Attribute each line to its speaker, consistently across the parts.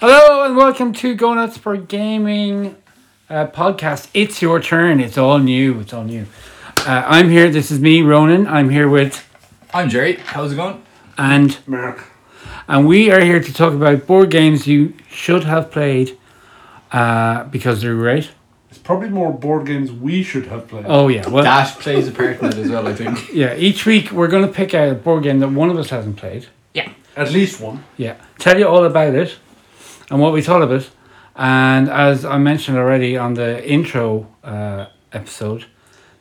Speaker 1: Hello and welcome to Go Nuts for Gaming uh, podcast. It's your turn. It's all new. It's all new. Uh, I'm here. This is me, Ronan. I'm here with
Speaker 2: I'm Jerry. How's it going?
Speaker 1: and
Speaker 3: Mark.
Speaker 1: and we are here to talk about board games you should have played uh, because they're great.
Speaker 3: It's probably more board games we should have played.
Speaker 1: Oh yeah, well
Speaker 2: Dash plays a part in it as well, I think.
Speaker 1: yeah. Each week we're going to pick out a board game that one of us hasn't played.
Speaker 2: Yeah.
Speaker 3: At least one.
Speaker 1: Yeah, tell you all about it and what we thought of it. And as I mentioned already on the intro uh, episode,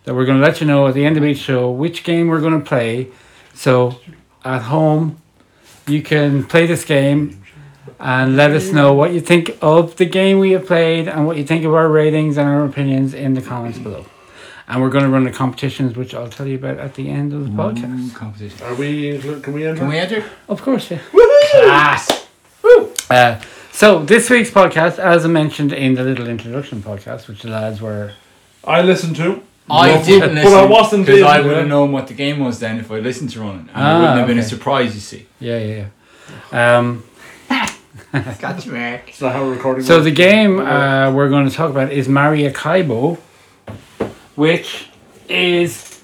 Speaker 1: that we're going to let you know at the end of each show which game we're going to play. So at home, you can play this game and let us know what you think of the game we have played and what you think of our ratings and our opinions in the comments below. And we're going to run the competitions, which I'll tell you about at the end of the podcast.
Speaker 2: Competition.
Speaker 3: Are we? inclu- Can we enter?
Speaker 2: Can we enter?
Speaker 1: Of course, yeah.
Speaker 2: Class.
Speaker 1: Uh, so this week's podcast, as I mentioned in the little introduction podcast, which the lads were
Speaker 3: I listened to.
Speaker 2: I
Speaker 3: Well,
Speaker 2: didn't
Speaker 3: but
Speaker 2: listen.
Speaker 3: I wasn't
Speaker 2: Because I
Speaker 3: in,
Speaker 2: would have
Speaker 3: yeah.
Speaker 2: known what the game was then if I listened to Ronan. And
Speaker 1: Ah,
Speaker 2: it wouldn't have been a
Speaker 1: okay.
Speaker 2: surprise, you see.
Speaker 1: yeah yeah. yeah. Um,
Speaker 2: Gotcha, Mark.
Speaker 3: It's not how we're recording.
Speaker 1: so
Speaker 3: it.
Speaker 1: the game uh, we're going to talk about is Maracaibo, which is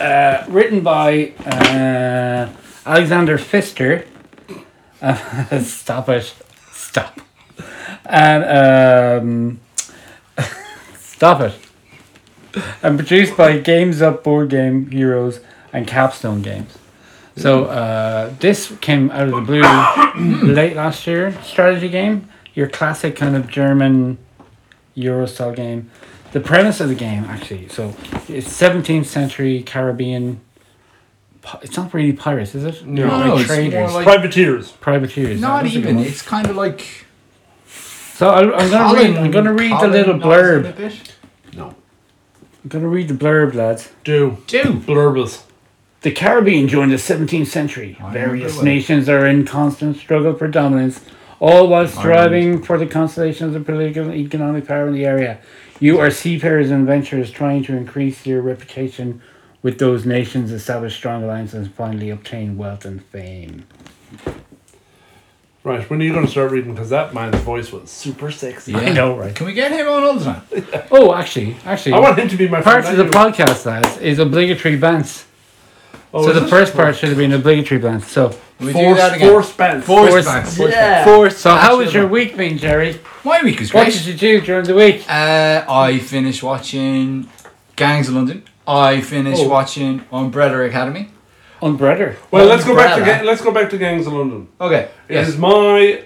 Speaker 1: uh, written by uh, Alexander Pfister. Uh, stop it! Stop. And um, stop it. and produced by Games Up Board Game Heroes and Capstone Games. So uh, this came out of the blue late last year. Strategy game, your classic kind of German Euro style game. The premise of the game, actually, so it's seventeenth century Caribbean. pi- It's not really pirates, is it?
Speaker 3: No.
Speaker 1: They're
Speaker 2: No,
Speaker 1: like
Speaker 2: it's more
Speaker 1: traders,
Speaker 2: like-
Speaker 3: privateers.
Speaker 1: privateers.
Speaker 2: Not
Speaker 1: that's a good
Speaker 2: even.
Speaker 1: one.
Speaker 2: It's kind of like.
Speaker 1: So I, I'm gonna read. I'm gonna read the little blurb.
Speaker 3: No.
Speaker 1: I'm gonna read the blurb, lads.
Speaker 3: Do
Speaker 2: Do.
Speaker 3: blurbus.
Speaker 1: The Caribbean during the 17th century.
Speaker 2: remember
Speaker 1: Various
Speaker 2: well.
Speaker 1: nations are in constant struggle for dominance, all while striving for the constellations of political and economic power in the area. You are seafarers and adventurers trying to increase your reputation with those nations, establish strong alliances, and finally obtain wealth and fame.
Speaker 3: Right. When are you going to start reading? Because that man's voice was super sexy.
Speaker 2: Yeah.
Speaker 1: I know, right?
Speaker 2: Can we get him on all the time?
Speaker 1: Oh, actually, actually,
Speaker 3: I want him to be my
Speaker 1: part of
Speaker 3: friend.
Speaker 1: the
Speaker 3: I do.
Speaker 1: podcast, lads, is obligatory bans.
Speaker 3: Oh,
Speaker 1: so
Speaker 3: is
Speaker 1: the
Speaker 3: it?
Speaker 1: first part should have been obligatory bans. So,
Speaker 2: Can we
Speaker 3: Force,
Speaker 2: do that again?
Speaker 3: force bands.
Speaker 2: Force
Speaker 1: Force-
Speaker 2: bans.
Speaker 1: force
Speaker 2: yeah.
Speaker 1: so how was your week been, Jerry?
Speaker 2: My week was
Speaker 1: What did
Speaker 2: great.
Speaker 1: you do during the week?
Speaker 2: Uh, I finished watching Gangs of London. I finished
Speaker 3: Oh.
Speaker 2: watching Umbrella Academy.
Speaker 1: On breader.
Speaker 3: Well, let's go back to
Speaker 2: Umbrella.
Speaker 3: ga- let's go back to Gangs of London.
Speaker 2: Okay.
Speaker 3: It is my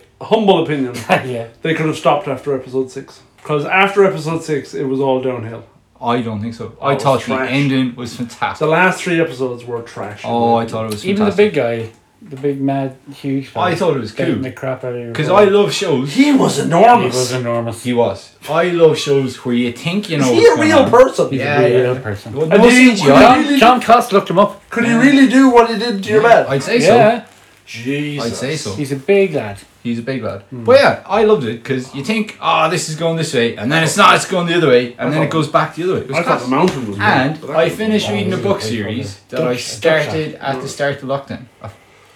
Speaker 3: humble opinion
Speaker 1: yeah.
Speaker 3: they could have stopped after episode six. Because after episode six, it was all downhill.
Speaker 2: I don't think so. I
Speaker 3: Oh,
Speaker 2: thought
Speaker 3: trash.
Speaker 2: the ending was
Speaker 3: The
Speaker 2: fantastic.
Speaker 3: last three episodes were trash.
Speaker 2: Oh, I thought it was fantastic.
Speaker 1: Even the big guy, the big mad huge.
Speaker 2: I thought it was
Speaker 1: getting
Speaker 2: cool
Speaker 1: the crap out of your
Speaker 2: because I
Speaker 1: body.
Speaker 2: love shows.
Speaker 3: he was
Speaker 1: He was
Speaker 3: enormous.
Speaker 1: enormous.
Speaker 2: He was. I love shows where you think you know.
Speaker 3: Is he
Speaker 2: what's
Speaker 3: a
Speaker 2: going
Speaker 3: real
Speaker 2: on.
Speaker 3: person?
Speaker 2: Yeah.
Speaker 1: He's a real person.
Speaker 2: Well, no
Speaker 3: And he-
Speaker 2: CGI.
Speaker 3: really-
Speaker 1: John Cost looked him up.
Speaker 3: Could he really do what he did to your lad?
Speaker 2: I'd say
Speaker 1: Yeah,
Speaker 2: so.
Speaker 3: Jesus.
Speaker 2: I'd say so.
Speaker 1: he's a big lad.
Speaker 2: He's a big lad.
Speaker 3: Hmm.
Speaker 2: But yeah, I loved it because you think, oh, this is going this way, and then it's not. It's going the other way, and then it goes back the other way. It was
Speaker 3: I thought
Speaker 2: class.
Speaker 3: the mountain was.
Speaker 2: And
Speaker 3: big, but that
Speaker 2: I
Speaker 3: was-
Speaker 2: finished reading a
Speaker 1: he's a
Speaker 2: book
Speaker 1: big
Speaker 2: series
Speaker 1: fucker.
Speaker 2: that I
Speaker 1: Duck-
Speaker 2: started at the start of lockdown.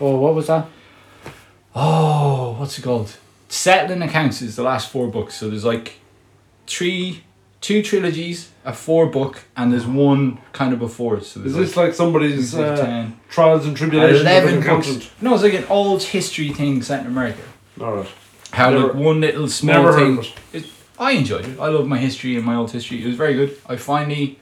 Speaker 1: Oh, what was that?
Speaker 2: Oh, what's it called? Settling Accounts is the last four books. So there's like three, two trilogies, a four book, and there's one kind of before it. So there's
Speaker 3: Is this like somebody's
Speaker 2: like
Speaker 3: uh,
Speaker 2: 10,
Speaker 3: trials and tribulations? of
Speaker 2: 11
Speaker 3: an
Speaker 2: books.
Speaker 3: accountant?
Speaker 2: No, it's like an old history thing set in America.
Speaker 3: All right.
Speaker 2: How
Speaker 3: Never-
Speaker 2: like one little small
Speaker 3: Never heard
Speaker 2: thing.
Speaker 3: of it.
Speaker 2: I enjoyed it. I love my history and my old history. It was very good. I finally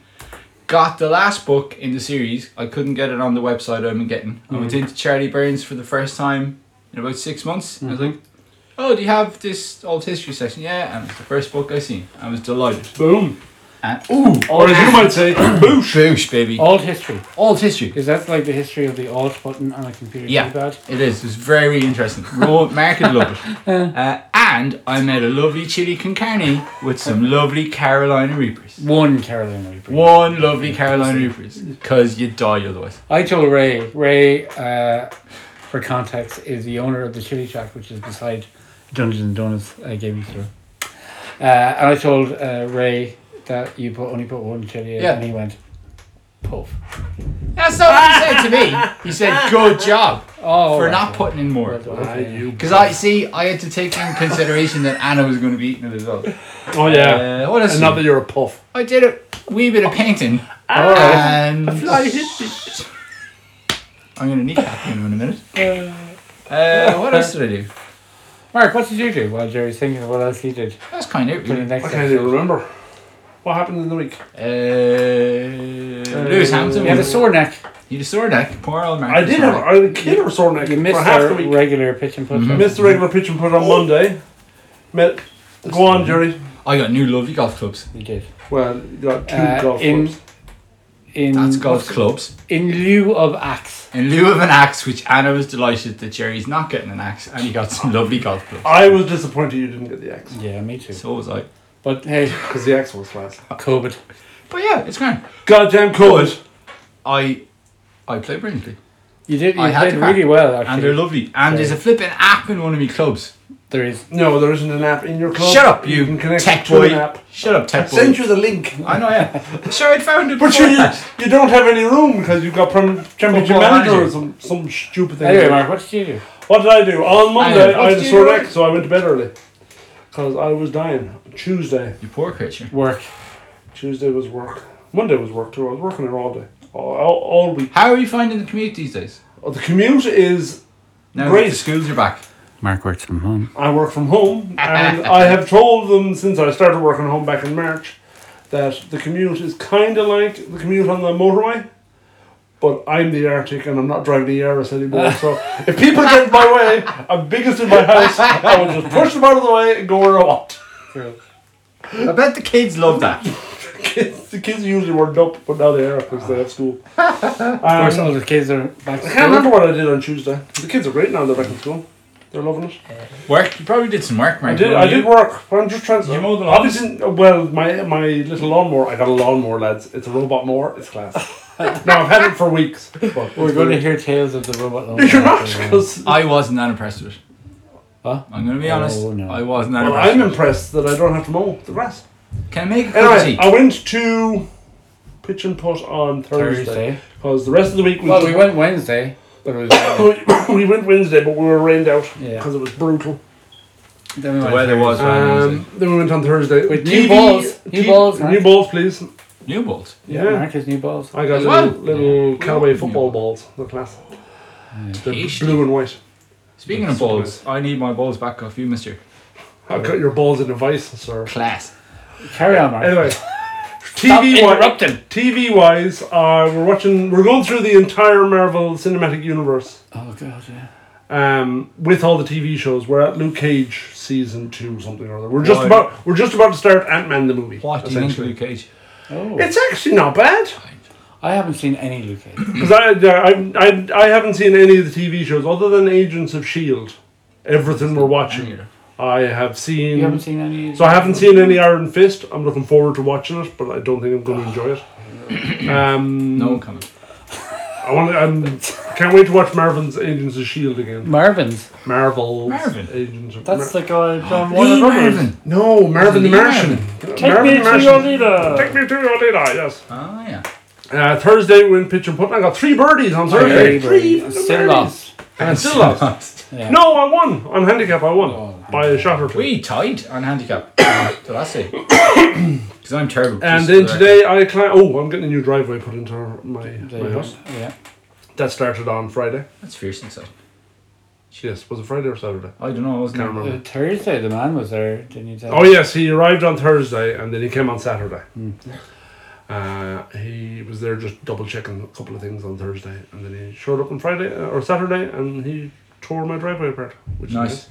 Speaker 2: got the last book in the series. I couldn't get it on the website I've been getting. I went
Speaker 3: Mm-hmm.
Speaker 2: into Charlie Burns for the first time in about six months. I was
Speaker 3: Mm-hmm.
Speaker 2: like, oh, do you have this old history section? Yeah, and it's the first book I seen. I was delighted.
Speaker 3: Boom.
Speaker 2: And
Speaker 3: Ooh. Or as you might say, boosh. Oh.
Speaker 2: boosh, baby.
Speaker 1: Old history.
Speaker 2: Old history.
Speaker 1: Is that like the history of the alt button on a computer
Speaker 2: Yeah.
Speaker 1: keypad?
Speaker 2: It is. It's very interesting. Raw market love it. Uh, and I made a lovely chili con carne with some lovely Carolina Reapers.
Speaker 1: One Carolina Reaper.
Speaker 2: One lovely Carolina Reapers, because you die otherwise.
Speaker 1: I told Ray. Ray, uh, for context, is the owner of the Chili Shack, which is beside Dungeons and Donuts uh, Gaming Store. Uh, and I told uh, Ray that you put only put one chili in,
Speaker 2: Yeah.
Speaker 1: and he went,
Speaker 2: Puff. That's not what he said to me. He said, "Good job
Speaker 1: Oh,
Speaker 2: for
Speaker 1: right.
Speaker 2: not putting in more."
Speaker 3: Ah, you.
Speaker 2: Because I see, I had to take in consideration that Anna was going to be eating it as well.
Speaker 3: Oh yeah.
Speaker 2: Uh, what else?
Speaker 3: and not that you're a puff.
Speaker 2: I did a wee bit of painting,
Speaker 1: All right.
Speaker 2: and
Speaker 3: Fly hit me.
Speaker 2: I'm going to need that in a minute. Uh, what else did I do?
Speaker 1: Mark, what did you do while Jerry's thinking of what else he did
Speaker 2: That's kind of it.
Speaker 1: for the
Speaker 2: Really.
Speaker 1: next
Speaker 3: I can't even
Speaker 1: episode?
Speaker 3: remember. What happened in the week?
Speaker 2: Uh, Lewis Hamilton.
Speaker 1: You had a sore neck.
Speaker 2: You just saw that. Poor old man.
Speaker 3: I did have. I had a killer sore neck
Speaker 1: You
Speaker 3: for
Speaker 1: missed
Speaker 3: half
Speaker 1: our
Speaker 3: the week.
Speaker 1: regular pitch and push.
Speaker 2: Mhm.
Speaker 3: missed the regular pitch and put on Monday. Met. Go on, Jerry.
Speaker 2: I got new lovely golf clubs.
Speaker 1: You did.
Speaker 3: Well, you got two
Speaker 1: Uh,
Speaker 3: golf
Speaker 1: in-
Speaker 3: clubs.
Speaker 1: In,
Speaker 2: That's golf clubs.
Speaker 1: In lieu of axe.
Speaker 2: In lieu of an axe, which Anna was delighted that Jerry's not getting an axe, and he got some lovely golf clubs.
Speaker 3: I was disappointed you didn't get the axe
Speaker 1: Yeah, me too.
Speaker 2: So was I.
Speaker 1: But hey,
Speaker 3: because the axe was class.
Speaker 1: COVID.
Speaker 2: But yeah, it's grand.
Speaker 3: Goddamn
Speaker 2: But
Speaker 3: COVID.
Speaker 2: I, I play brilliantly,
Speaker 1: You did. You
Speaker 2: I had
Speaker 1: did
Speaker 2: to crack.
Speaker 1: really well,
Speaker 2: and they're
Speaker 1: actually.
Speaker 2: lovely. And there's a flipping app in one of my clubs.
Speaker 1: There is.
Speaker 3: No, there isn't an app in your club.
Speaker 2: Shut up, you tech
Speaker 3: to
Speaker 2: boy.
Speaker 3: an app.
Speaker 2: Shut up,
Speaker 3: I
Speaker 2: tech boy.
Speaker 3: sent you the link.
Speaker 2: I know, yeah. Sure, I'd found it.
Speaker 3: But
Speaker 2: before
Speaker 3: you, you,
Speaker 2: that.
Speaker 3: you don't have any room because you've got permanent championship
Speaker 2: Football
Speaker 3: manager,
Speaker 2: manager.
Speaker 3: or some, some stupid thing.
Speaker 1: Anyway, Mark, what did you do?
Speaker 3: What did I do? On Monday,
Speaker 2: Hang on.
Speaker 3: I
Speaker 2: What
Speaker 3: had a
Speaker 2: did you
Speaker 3: sore
Speaker 2: do?
Speaker 3: neck, so I went to bed early because I was dying. Tuesday,
Speaker 2: You poor creature.
Speaker 1: Work.
Speaker 3: Tuesday was work. Monday was work too. I was working there all day, all, all, all week.
Speaker 2: How are you finding the commute these days?
Speaker 3: Oh, The commute is
Speaker 2: Now that
Speaker 3: Great.
Speaker 2: the schools are back.
Speaker 1: Mark works from home.
Speaker 3: I work from home, and I have told them since I started working home back in March that the commute is kind of like the commute on the motorway. But I'm the Arctic and I'm not driving the Yaris anymore. so if people get in my way, I'm biggest in my house. I will just push them out of the way and go where I want.
Speaker 2: I bet the kids love that.
Speaker 3: Kids, the kids usually weren't up, but now they are because they have school.
Speaker 1: Of course,
Speaker 3: Um,
Speaker 1: all the kids are back.
Speaker 3: I
Speaker 1: to
Speaker 3: can't
Speaker 1: school.
Speaker 3: remember what I did on Tuesday. The kids are great now. They're back in school. They're loving it.
Speaker 2: Work. You probably did some work,
Speaker 3: I
Speaker 2: Mark.
Speaker 3: did.
Speaker 2: didn't
Speaker 3: I
Speaker 2: you?
Speaker 3: did work, but I'm just trying to.
Speaker 2: You mowed the lawn?
Speaker 3: obviously, well, my my little lawnmower. I got a lawnmower, lads. It's a robot mower. It's class. no, I've had it for weeks. But
Speaker 1: We're going to hear tales of the robot.
Speaker 3: No,
Speaker 1: lawnmower.
Speaker 3: you're not, because
Speaker 2: I wasn't that impressed with it.
Speaker 1: Huh?
Speaker 2: I'm gonna be honest.
Speaker 1: Oh, no.
Speaker 2: I wasn't that
Speaker 3: well,
Speaker 2: impressed.
Speaker 3: I'm impressed that I don't have to mow the grass.
Speaker 2: Can I make a cup of
Speaker 3: Anyway,
Speaker 2: tea?
Speaker 3: I went to pitch and putt on Thursday
Speaker 1: Thursday.
Speaker 3: because the rest of the week was
Speaker 1: Well, we went Wednesday, but it was.
Speaker 3: we went Wednesday, but we were rained out
Speaker 1: Yeah.
Speaker 3: because it was brutal.
Speaker 1: then we
Speaker 2: The
Speaker 1: went
Speaker 2: weather was
Speaker 3: Um, then we went on Thursday
Speaker 1: With new
Speaker 3: Needy-
Speaker 1: balls. New
Speaker 3: Needy-
Speaker 1: balls,
Speaker 3: new
Speaker 1: right?
Speaker 3: balls, please.
Speaker 2: new balls.
Speaker 1: Yeah,
Speaker 3: yeah.
Speaker 1: Mark has new balls.
Speaker 3: I got
Speaker 2: As
Speaker 3: little,
Speaker 2: well?
Speaker 3: little Callaway
Speaker 2: Yeah.
Speaker 3: football balls. The class. They're
Speaker 2: Tasty.
Speaker 3: blue and white.
Speaker 2: Speaking of balls, I need my balls back off you, Mister.
Speaker 3: I cut your balls in a vice, sir.
Speaker 2: Class.
Speaker 1: Carry on, Mark.
Speaker 3: Anyway,
Speaker 1: Stop
Speaker 3: TV wise,
Speaker 1: interrupting.
Speaker 3: TV wise, uh, we're watching. We're going through the entire Marvel Cinematic Universe
Speaker 1: Oh god, yeah.
Speaker 3: um, with all the TV shows. We're at Luke Cage season two, something or other. We're just
Speaker 2: Why?
Speaker 3: about. We're just about to start Ant Man the movie.
Speaker 2: What do you think of
Speaker 3: essentially.
Speaker 2: Luke Cage?
Speaker 1: Oh,
Speaker 3: It's actually not bad
Speaker 1: I haven't seen any Luke Cage.
Speaker 3: because I, uh, I, I, I haven't seen any of the TV shows other than Agents of Shield. E Everything we're watching, I have seen.
Speaker 1: You haven't seen any.
Speaker 3: Mm-hmm. So I haven't seen any Iron Fist. I'm looking forward to watching it, but I don't think I'm
Speaker 1: Ah.
Speaker 3: going to enjoy it. Um,
Speaker 2: No comment.
Speaker 3: I want. I can't wait to watch Marvin's Agents of Shield E again.
Speaker 1: Marvin's.
Speaker 3: Marvel's
Speaker 2: Marvin?
Speaker 3: Agents of
Speaker 1: That's the guy from
Speaker 2: Lee
Speaker 1: Warner Brothers.
Speaker 2: Marvin.
Speaker 3: no Marvin the
Speaker 2: Lee
Speaker 3: Martian.
Speaker 1: Take
Speaker 3: Marvin
Speaker 1: me
Speaker 3: the
Speaker 1: to
Speaker 3: Martian.
Speaker 1: your leader.
Speaker 3: Take me to your leader. Yes.
Speaker 2: Oh yeah.
Speaker 3: Uh, Thursday when pitch and putt, I got three birdies on
Speaker 1: Very
Speaker 3: Thursday. Three
Speaker 1: brave.
Speaker 3: birdies.
Speaker 1: Still lost.
Speaker 3: And still lost.
Speaker 1: Yeah. Oh.
Speaker 3: No, I won on handicap. I won by a shot or two.
Speaker 2: We tied on handicap. so that's it. Because I'm terrible.
Speaker 3: and
Speaker 2: just for
Speaker 3: then
Speaker 2: the
Speaker 3: today I climb. Oh, I'm getting a new driveway put into my
Speaker 1: There
Speaker 3: my
Speaker 1: you go.
Speaker 3: house.
Speaker 1: Yeah.
Speaker 3: That started on Friday.
Speaker 2: record. That's fierce inside.
Speaker 3: Yes, was it Friday or Saturday?
Speaker 2: I don't know. I wasn't
Speaker 3: Can't
Speaker 1: Uh,
Speaker 3: remember.
Speaker 1: Thursday, the man was Hmm. there, didn't you tell?
Speaker 3: Oh yes, he arrived on Thursday and then he came on Saturday. Uh, he was there just double checking a couple of things on Thursday, and then he showed up on Friday uh, or Saturday, and he tore my driveway apart. Which is
Speaker 2: Nice.
Speaker 3: nice.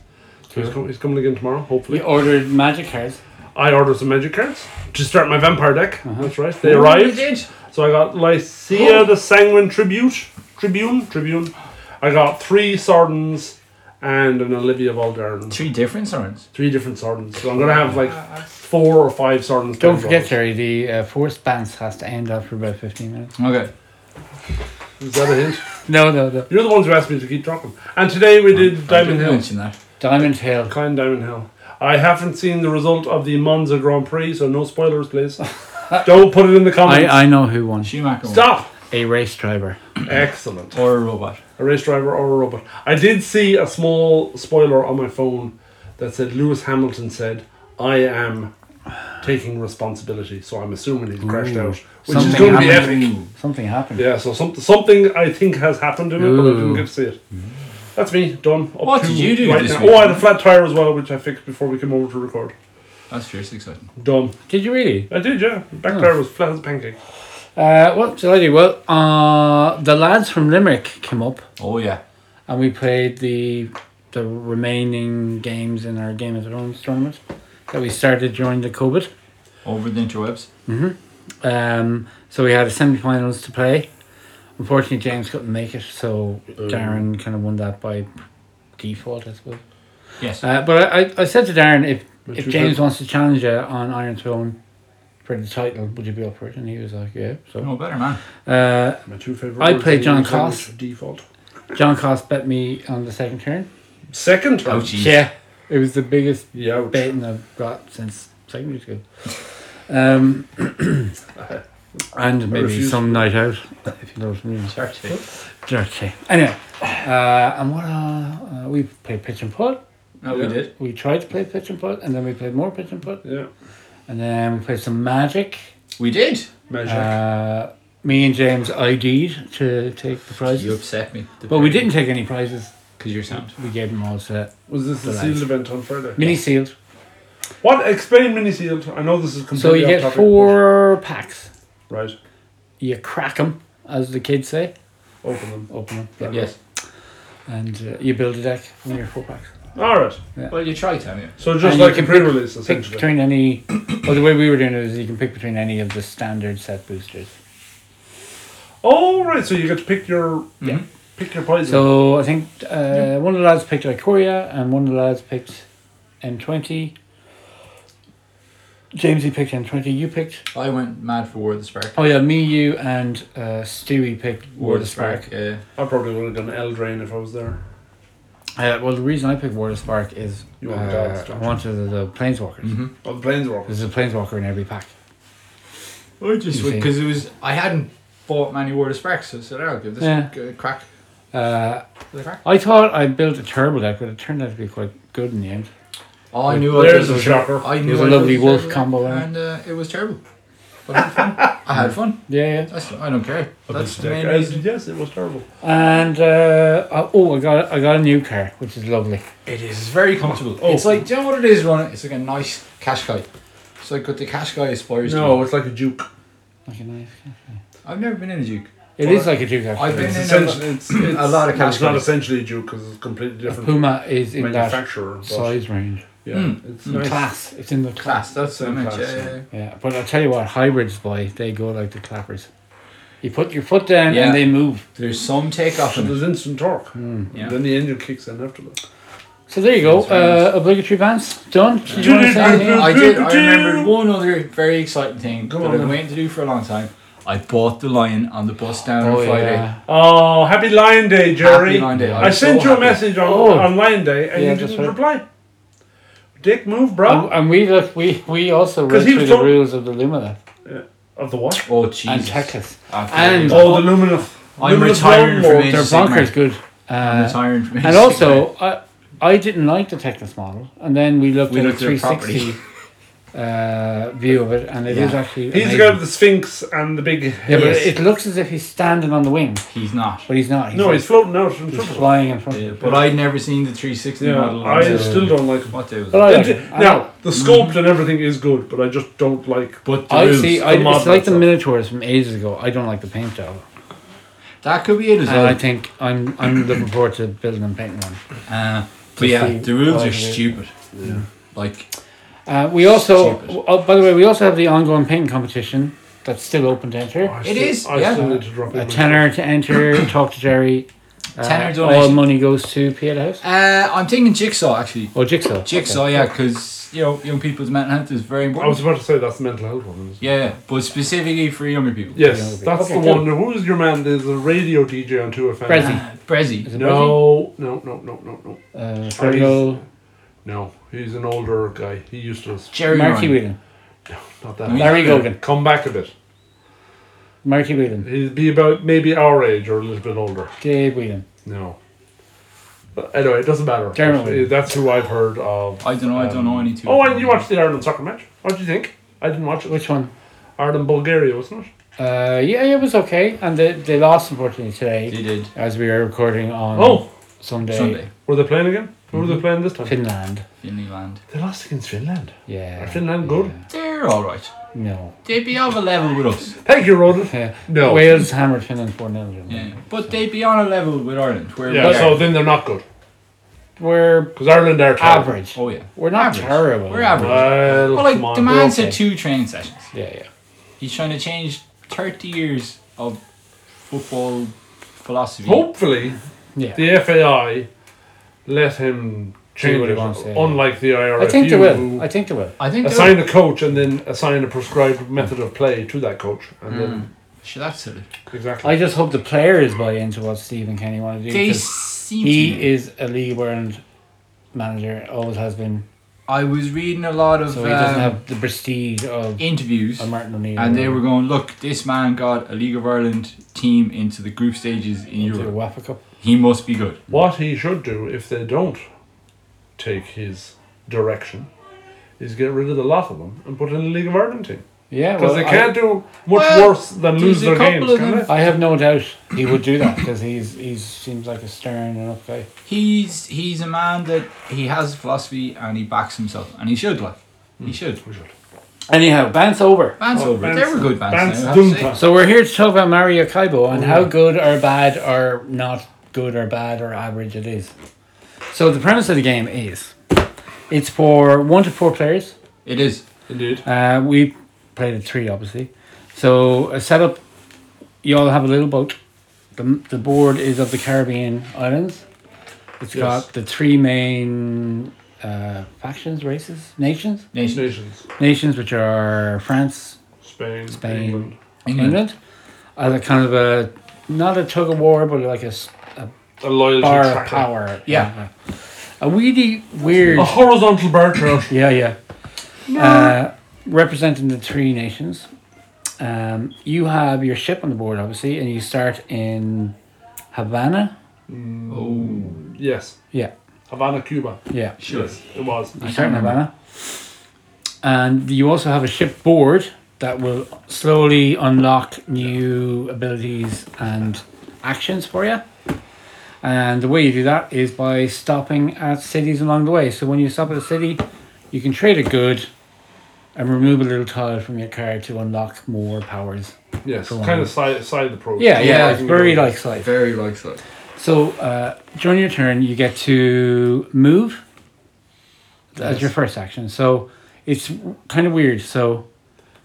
Speaker 3: So he's, com- he's coming again tomorrow, hopefully.
Speaker 1: You ordered magic cards.
Speaker 3: I ordered some magic cards to start my vampire deck.
Speaker 1: Uh-huh.
Speaker 3: That's right.
Speaker 2: Oh,
Speaker 3: They
Speaker 2: you
Speaker 3: arrived.
Speaker 2: did.
Speaker 3: So I got Lycia the Sanguine Tribute, Tribune, Tribune. I got three Sardins and an Olivia Valdarn.
Speaker 2: Three different signs.
Speaker 3: Three different Sardins. So I'm gonna have like four or five Sardins.
Speaker 1: Don't forget, Jerry, the uh, forced bounce has to end after about 15 minutes.
Speaker 2: Okay.
Speaker 3: Is that a hint?
Speaker 1: No, no, no.
Speaker 3: You're the ones who asked me to keep talking. And today we did Diamond
Speaker 2: I didn't
Speaker 3: Hill.
Speaker 2: mention that.
Speaker 1: Diamond Hill.
Speaker 3: Climb Diamond Hill. I haven't seen the result of the Monza Grand Prix, so no spoilers, please. Don't put it in the comments.
Speaker 1: I, I know who won.
Speaker 2: Schumacher. won.
Speaker 3: Stop!
Speaker 1: a race driver.
Speaker 3: Excellent.
Speaker 2: Or a robot.
Speaker 3: A race driver or a robot. I did see a small spoiler on my phone that said Lewis Hamilton said, "I am taking responsibility." So I'm assuming he's crashed
Speaker 1: Ooh.
Speaker 3: out, which is
Speaker 1: Something
Speaker 3: going to be
Speaker 1: happened.
Speaker 3: epic.
Speaker 1: Something happened.
Speaker 3: Yeah. So some, something I think has happened in it, but I didn't
Speaker 1: Ooh.
Speaker 3: get to see it. That's me done. Up
Speaker 2: What
Speaker 3: to
Speaker 2: did you do
Speaker 3: right
Speaker 2: this
Speaker 3: now.
Speaker 2: week?
Speaker 3: Oh, I had a flat tire as well, which I fixed before we came over to record.
Speaker 2: That's fiercely exciting.
Speaker 3: Done.
Speaker 1: Did you really?
Speaker 3: I did, yeah. Back
Speaker 1: Oh.
Speaker 3: tire was flat as a pancake.
Speaker 1: Uh, what did I do? Well, uh, the lads from Limerick came up
Speaker 2: Oh yeah.
Speaker 1: and we played the the remaining games in our Game of Thrones tournament that we started during the COVID.
Speaker 2: Over the interwebs.
Speaker 1: Um, so we had a semi-finals to play. Unfortunately, James couldn't make it, so Darren kind of won that by default, I suppose.
Speaker 2: Yes.
Speaker 1: Uh, but I, I, I said to Darren, if
Speaker 3: Which
Speaker 1: if
Speaker 3: was
Speaker 1: James
Speaker 3: it?
Speaker 1: wants to challenge you on Iron Throne for the title, would you be up for it? And he was like, yeah. So
Speaker 2: no better man.
Speaker 3: Oh.
Speaker 1: uh,
Speaker 3: My two favorite.
Speaker 1: I
Speaker 3: words
Speaker 1: played
Speaker 3: in
Speaker 1: John
Speaker 3: English language,
Speaker 1: Cost.
Speaker 3: Default.
Speaker 1: John Cost bet me on the second turn.
Speaker 3: Second
Speaker 1: oh,
Speaker 3: time.
Speaker 2: Ouchie.
Speaker 1: Yeah, it was the biggest
Speaker 3: Yeah.
Speaker 1: betting I've got since secondary school. Um, and maybe
Speaker 3: refuse.
Speaker 1: some night out. If you know what I mean.
Speaker 2: Dirty.
Speaker 1: Dirty. Anyway, uh, and what uh, uh, we played pitch and putt.
Speaker 2: No,
Speaker 3: Yeah.
Speaker 2: we did.
Speaker 1: We tried to play pitch and putt, and then we played more pitch and putt,
Speaker 3: Yeah.
Speaker 1: and then we played some magic.
Speaker 2: We did.
Speaker 3: Magic.
Speaker 1: Uh, me and James ID'd to take the
Speaker 2: You
Speaker 1: prizes,
Speaker 2: upset me.
Speaker 1: but we didn't take any prizes.
Speaker 2: because you're sound.
Speaker 1: We gave them all to
Speaker 3: was this the
Speaker 1: the
Speaker 3: sealed
Speaker 1: lads.
Speaker 3: event on Friday?
Speaker 1: mini sealed.
Speaker 3: What? Explain mini sealed. I know this is completely
Speaker 1: So you
Speaker 3: off
Speaker 1: get
Speaker 3: topic,
Speaker 1: four packs.
Speaker 3: but- Right.
Speaker 1: you crack 'em, as the kids say.
Speaker 3: Open them.
Speaker 1: Open 'em,
Speaker 3: Fair
Speaker 2: Yes.
Speaker 1: And uh, you build a deck from your four packs.
Speaker 3: All right.
Speaker 2: Well, you tried, haven't you?
Speaker 3: So just
Speaker 1: And
Speaker 3: like
Speaker 1: you
Speaker 3: a
Speaker 1: can
Speaker 3: pre-release,
Speaker 1: Pick
Speaker 3: essentially.
Speaker 1: between any. Well, the way we were doing it is you can pick between any of the standard set boosters.
Speaker 3: Oh right. So you get to pick your
Speaker 1: Yeah.
Speaker 2: Mhm.
Speaker 3: pick your poison.
Speaker 1: So I think uh, one of the lads picked Icoria and one of the lads picked M20. James, he picked M20. You picked.
Speaker 2: I went mad for War of the Spark.
Speaker 1: Oh, yeah, me, you, and uh, Stewie picked War of the Spark.
Speaker 2: Yeah.
Speaker 3: I probably would have done Eldraine if I was there.
Speaker 1: Uh, well, the reason I picked War of the Spark is
Speaker 3: You
Speaker 1: uh,
Speaker 3: want the gods,
Speaker 1: I
Speaker 3: don't you?
Speaker 1: wanted the, the Planeswalkers.
Speaker 2: Mm-hmm.
Speaker 3: Oh, the planeswalkers.
Speaker 1: There's a Planeswalker in every pack.
Speaker 2: I just
Speaker 1: You
Speaker 2: went
Speaker 1: think?
Speaker 2: because it was I hadn't bought many War of the Sparks, so I said "Oh, I'll give this
Speaker 1: Yeah.
Speaker 2: a crack.
Speaker 1: Uh,
Speaker 2: Give it a crack.
Speaker 1: I thought I built a turbo deck, but it turned out to be quite good in the end.
Speaker 2: Oh, I knew
Speaker 3: There's
Speaker 2: I
Speaker 3: a shocker.
Speaker 2: I knew
Speaker 1: There's a
Speaker 2: I
Speaker 1: lovely
Speaker 2: was
Speaker 1: wolf
Speaker 2: terrible,
Speaker 1: combo eh? in it.
Speaker 2: and uh, it was terrible. But I had fun. I had fun.
Speaker 1: Yeah, yeah.
Speaker 2: That's, I don't care.
Speaker 3: Of
Speaker 2: That's
Speaker 3: this
Speaker 2: the
Speaker 3: deck.
Speaker 2: main
Speaker 3: As-
Speaker 2: reason.
Speaker 3: Yes, it was terrible.
Speaker 1: And uh, I- oh, I got I got a new car, which is lovely.
Speaker 2: It is very comfortable.
Speaker 3: Oh.
Speaker 2: It's like, do you know what it is, Ron? It's like a nice cash guy. It's like what the cash guy aspires
Speaker 3: No,
Speaker 2: to.
Speaker 3: it's like a duke.
Speaker 1: Like a nice car.
Speaker 2: I've never been in a Duke.
Speaker 1: It is like a Duke.
Speaker 2: I've
Speaker 1: Actually.
Speaker 2: been
Speaker 3: It's
Speaker 2: in
Speaker 3: essentially
Speaker 2: a,
Speaker 3: it's, it's
Speaker 2: a lot of cash
Speaker 3: It's not
Speaker 2: guys.
Speaker 3: essentially a duke because it's completely
Speaker 1: A
Speaker 3: different
Speaker 1: Puma is in that
Speaker 3: manufacturer. but
Speaker 1: size range.
Speaker 3: Yeah,
Speaker 2: Mm.
Speaker 3: it's
Speaker 2: Mm.
Speaker 3: nice.
Speaker 1: Class. It's in the
Speaker 2: class.
Speaker 1: class.
Speaker 2: That's so
Speaker 3: Same
Speaker 2: much.
Speaker 3: class,
Speaker 2: yeah,
Speaker 3: yeah.
Speaker 2: yeah, yeah.
Speaker 1: Yeah, but I tell you what, hybrids, boy, they go like the clappers. You put your foot down
Speaker 2: Yeah.
Speaker 1: and they move.
Speaker 2: There's some takeoff
Speaker 3: So
Speaker 2: in it.
Speaker 3: there's instant torque.
Speaker 2: Yeah.
Speaker 3: Then the engine kicks in after that.
Speaker 1: So there you go.
Speaker 2: That's very
Speaker 1: Uh, obligatory bands done. Did you want to say anything?
Speaker 2: I did. I remembered one other very exciting thing
Speaker 3: Go
Speaker 2: that
Speaker 3: on
Speaker 2: I've been
Speaker 3: then.
Speaker 2: waiting to do for a long time. I bought the lion on the bus down on Friday.
Speaker 1: Oh, yeah.
Speaker 3: Oh, happy Lion Day, Jerry.
Speaker 2: Happy Lion Day.
Speaker 3: I
Speaker 2: was
Speaker 3: sent
Speaker 2: so
Speaker 3: you a
Speaker 2: happy.
Speaker 3: message on,
Speaker 1: Oh.
Speaker 3: on Lion Day and
Speaker 1: Yeah,
Speaker 3: you
Speaker 1: that's
Speaker 3: didn't
Speaker 1: right.
Speaker 3: reply. Dick move,
Speaker 1: And,
Speaker 3: bro.
Speaker 1: and we look, we we also read
Speaker 3: 'Cause he
Speaker 1: through
Speaker 3: was
Speaker 1: the
Speaker 3: talk-
Speaker 1: rules of the Lumina
Speaker 3: of the what?
Speaker 2: Oh, Jesus.
Speaker 1: and Teklas. And-
Speaker 2: And
Speaker 3: Oh, the luminous.
Speaker 2: I'm
Speaker 3: luminous
Speaker 2: retiring
Speaker 3: lawnmower.
Speaker 2: from it.
Speaker 1: They're
Speaker 2: Sigma.
Speaker 1: bonkers good.
Speaker 3: Oh.
Speaker 2: I'm
Speaker 1: Uh,
Speaker 2: retiring from
Speaker 1: and also, I, I didn't like the Technos model, and then we looked
Speaker 2: We
Speaker 1: at
Speaker 2: looked
Speaker 1: a
Speaker 2: at it properly.
Speaker 1: 360 uh, view of it, and it is
Speaker 2: Yeah.
Speaker 1: actually.
Speaker 3: He's the
Speaker 1: amazing.
Speaker 3: guy with the Sphinx and the big.
Speaker 1: Yeah, but
Speaker 2: Yes.
Speaker 1: it looks as if he's standing on the wing,
Speaker 2: he's not.
Speaker 1: but he's not. He's
Speaker 3: no,
Speaker 1: like-
Speaker 3: he's floating out in
Speaker 1: he's
Speaker 3: front of us.
Speaker 1: flying in front.
Speaker 2: Yeah,
Speaker 1: of
Speaker 2: but I'd never seen the 360
Speaker 3: Yeah,
Speaker 2: model.
Speaker 3: I
Speaker 2: until-
Speaker 3: still don't like him.
Speaker 2: What day was
Speaker 1: But I
Speaker 2: it?
Speaker 1: like it. Oh, I
Speaker 3: Now, the sculpt and everything is good, but I just don't like.
Speaker 2: But the
Speaker 1: I
Speaker 2: rules.
Speaker 1: see.
Speaker 3: the
Speaker 1: I, it's
Speaker 3: model
Speaker 1: like the
Speaker 3: itself.
Speaker 1: Minotaurs from ages ago. I don't like the paint job,
Speaker 2: that could be it as
Speaker 1: and I
Speaker 2: well.
Speaker 1: think I'm I'm looking forward to building and painting one.
Speaker 2: Uh, but yeah,
Speaker 1: see
Speaker 2: the rules
Speaker 1: how
Speaker 2: are
Speaker 1: it is.
Speaker 2: stupid. Like,
Speaker 1: Uh, we also,
Speaker 2: Stupid.
Speaker 1: oh, by the way, we also have the ongoing painting competition that's still open to enter.
Speaker 3: I
Speaker 2: It
Speaker 3: still-
Speaker 2: is,
Speaker 3: I
Speaker 2: yeah.
Speaker 3: still need to drop in
Speaker 1: A
Speaker 3: my-
Speaker 1: tenner to enter, talk to Jerry. Uh,
Speaker 2: Tenner
Speaker 1: All
Speaker 2: donation.
Speaker 1: money goes to Pieta House.
Speaker 2: uh, I'm thinking Jigsaw actually.
Speaker 1: Oh, Jigsaw.
Speaker 2: Jigsaw, yeah, because you know young people's mental health is very
Speaker 3: I
Speaker 2: important.
Speaker 3: was about to say that's the mental health one. isn't it?
Speaker 2: yeah, yeah, but specifically for younger people.
Speaker 3: Yes,
Speaker 1: Yeah.
Speaker 3: that's
Speaker 1: Okay,
Speaker 3: the
Speaker 1: cool.
Speaker 3: one. Who's your man? There's a radio DJ on 2FM.
Speaker 1: Brezzy.
Speaker 2: Uh, Brezzy.
Speaker 1: Is it
Speaker 3: No, no, no, no, no, no.
Speaker 1: Brezzy? Uh, Fergal,
Speaker 3: No, he's an older guy. He used to.
Speaker 2: Jerry
Speaker 1: Marky
Speaker 2: Ryan.
Speaker 1: Whelan.
Speaker 3: Not that.
Speaker 2: No,
Speaker 1: Larry
Speaker 2: Yeah.
Speaker 1: Gogan.
Speaker 3: Come back a bit.
Speaker 1: Marty Whelan.
Speaker 3: He'd be about maybe our age or a little bit older.
Speaker 1: Dave Whelan.
Speaker 3: No. But anyway, it doesn't matter.
Speaker 1: Dermot Whelan.
Speaker 3: That's who I've heard of.
Speaker 2: I don't know. I don't know any two.
Speaker 3: Oh, and you watched the Ireland soccer match? What did you think? I didn't watch it.
Speaker 1: Which one?
Speaker 3: Ireland Bulgaria, wasn't it?
Speaker 1: Uh, yeah, it was okay. And they, they lost, unfortunately, today
Speaker 2: They did
Speaker 1: as we are recording on
Speaker 3: Oh,
Speaker 1: Sunday,
Speaker 2: Sunday.
Speaker 3: were they playing again? Who
Speaker 1: Mm-hmm.
Speaker 3: were they playing this time?
Speaker 1: Finland.
Speaker 2: Finland.
Speaker 3: They lost against Finland.
Speaker 1: Yeah.
Speaker 3: Are Finland good?
Speaker 1: yeah.
Speaker 2: They're all right.
Speaker 1: No.
Speaker 2: They'd be on a level with us.
Speaker 3: Thank you, Rodan.
Speaker 1: Yeah.
Speaker 3: No.
Speaker 1: Wales hammered Finland 4 0.
Speaker 2: Yeah, but they'd be on a level with Ireland. Where
Speaker 3: Yeah,
Speaker 2: we
Speaker 3: so
Speaker 2: are.
Speaker 3: then they're not good.
Speaker 1: We're
Speaker 3: Because Ireland are terrible.
Speaker 1: average.
Speaker 2: oh yeah.
Speaker 1: We're not
Speaker 2: Average.
Speaker 1: terrible.
Speaker 2: We're average.
Speaker 3: Well,
Speaker 2: Well, like
Speaker 3: come on.
Speaker 2: the man said
Speaker 1: okay.
Speaker 2: two training sessions.
Speaker 1: Yeah, yeah.
Speaker 2: He's trying to change thirty years of football philosophy.
Speaker 3: Hopefully,
Speaker 1: Yeah.
Speaker 3: the FAI let him change
Speaker 1: what he
Speaker 3: it,
Speaker 1: wants, yeah.
Speaker 3: unlike the IRFU.
Speaker 1: I think they
Speaker 3: who
Speaker 1: will. I think they will.
Speaker 2: I think they're-
Speaker 3: assign a coach and then assign a prescribed method of play to that coach. And then,
Speaker 1: Mm.
Speaker 2: Shit, that's silly.
Speaker 3: exactly.
Speaker 1: I just hope the players buy into what Stephen Kenny want to do.
Speaker 2: They
Speaker 1: 'cause
Speaker 2: seem to
Speaker 1: He
Speaker 2: be-
Speaker 1: is a League Ireland manager, always has been.
Speaker 2: I was reading a lot of
Speaker 1: So he doesn't
Speaker 2: um,
Speaker 1: have the prestige of
Speaker 2: interviews,
Speaker 1: a Martin O'Neill.
Speaker 2: and they
Speaker 1: or
Speaker 2: were going, "Look, this man got a League of Ireland team into the group stages in
Speaker 1: into the
Speaker 2: Europe.
Speaker 1: WAFA Cup.
Speaker 2: He must be good."
Speaker 3: What he should do if they don't take his direction is get rid of the lot of them and put in a League of Ireland team.
Speaker 1: Yeah,
Speaker 3: Because
Speaker 1: well,
Speaker 3: they can't do much
Speaker 2: Well,
Speaker 3: worse than
Speaker 2: there's
Speaker 3: lose
Speaker 2: a
Speaker 3: their
Speaker 2: couple
Speaker 3: games,
Speaker 2: of
Speaker 3: can
Speaker 2: them.
Speaker 3: they?
Speaker 1: I, I have no doubt he would do that because he's he's seems like a stern enough guy.
Speaker 2: He's he's a man that he has philosophy and he backs himself, and he should like
Speaker 1: Hmm.
Speaker 2: he should.
Speaker 3: We should.
Speaker 1: Anyhow, Bant's over.
Speaker 2: Bands
Speaker 3: Oh,
Speaker 2: over,
Speaker 3: Bantz-
Speaker 2: they were good bands.
Speaker 3: Bantz
Speaker 2: now, I have to say.
Speaker 3: Duntas.
Speaker 1: So we're here to talk about Mario Kaibo and how good or bad or not good or bad or average it is. So the premise of the game is, it's for one to four players.
Speaker 2: It is.
Speaker 3: Indeed.
Speaker 1: Uh, we played at three, obviously. So a setup, you all have a little boat. The, the board is of the Caribbean islands. It's
Speaker 3: Yes.
Speaker 1: got the three main uh, factions, races, nations,
Speaker 2: Nation.
Speaker 3: Nations.
Speaker 1: nations, which are France,
Speaker 3: Spain.
Speaker 1: Spain.
Speaker 3: England.
Speaker 2: England.
Speaker 1: England, as a kind of a not a tug of war, but like a, s- a
Speaker 3: A loyalty
Speaker 1: bar of
Speaker 3: tracker.
Speaker 1: power.
Speaker 2: Yeah.
Speaker 1: a really weird.
Speaker 3: A horizontal bar chart.
Speaker 1: Yeah, yeah. Uh, representing the three nations. Um, you have your ship on the board, obviously, and you start in Havana.
Speaker 2: Oh,
Speaker 3: Yes.
Speaker 1: Yeah,
Speaker 3: Havana, Cuba.
Speaker 1: yeah.
Speaker 2: sure.
Speaker 3: Yes, it was.
Speaker 1: You
Speaker 2: I
Speaker 1: start in
Speaker 2: can't remember.
Speaker 1: Havana. And you also have a ship board that will slowly unlock new abilities and actions for you. And the way you do that is by stopping at cities along the way. So when you stop at a city, you can trade a good and remove a little tile from your card to unlock more powers.
Speaker 3: Yes,
Speaker 1: Go on.
Speaker 3: kind of side side approach.
Speaker 1: Yeah, yeah,
Speaker 2: Yeah,
Speaker 1: it's very like slice.
Speaker 2: Very like so.
Speaker 1: So uh, during your turn, you get to move as
Speaker 2: Yes.
Speaker 1: your first action. So it's w- kind of weird. So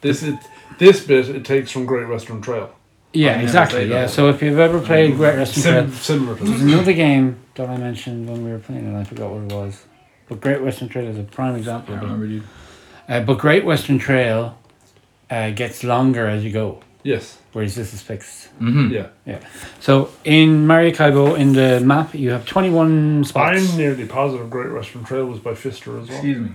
Speaker 3: This is this bit it takes from Great Western Trail.
Speaker 1: yeah,
Speaker 2: never
Speaker 1: exactly.
Speaker 2: played
Speaker 1: Yeah.
Speaker 2: that.
Speaker 1: So if you've ever played Great Western
Speaker 3: Sim-
Speaker 1: Trail, Mm-hmm.
Speaker 3: similar to
Speaker 1: there's
Speaker 3: this.
Speaker 1: another game that I mentioned when we were playing, and I forgot what it was. But Great Western Trail is a prime
Speaker 2: I
Speaker 1: example. of it.
Speaker 2: remember you.
Speaker 1: Uh, but Great Western Trail uh, gets longer as you go,
Speaker 3: Yes,
Speaker 1: whereas this is fixed.
Speaker 2: Mm-hmm.
Speaker 3: yeah.
Speaker 1: So in Maracaibo, in the map, you have 21 spots.
Speaker 3: I'm nearly positive Great Western Trail was by Pfister as well.
Speaker 2: Excuse me.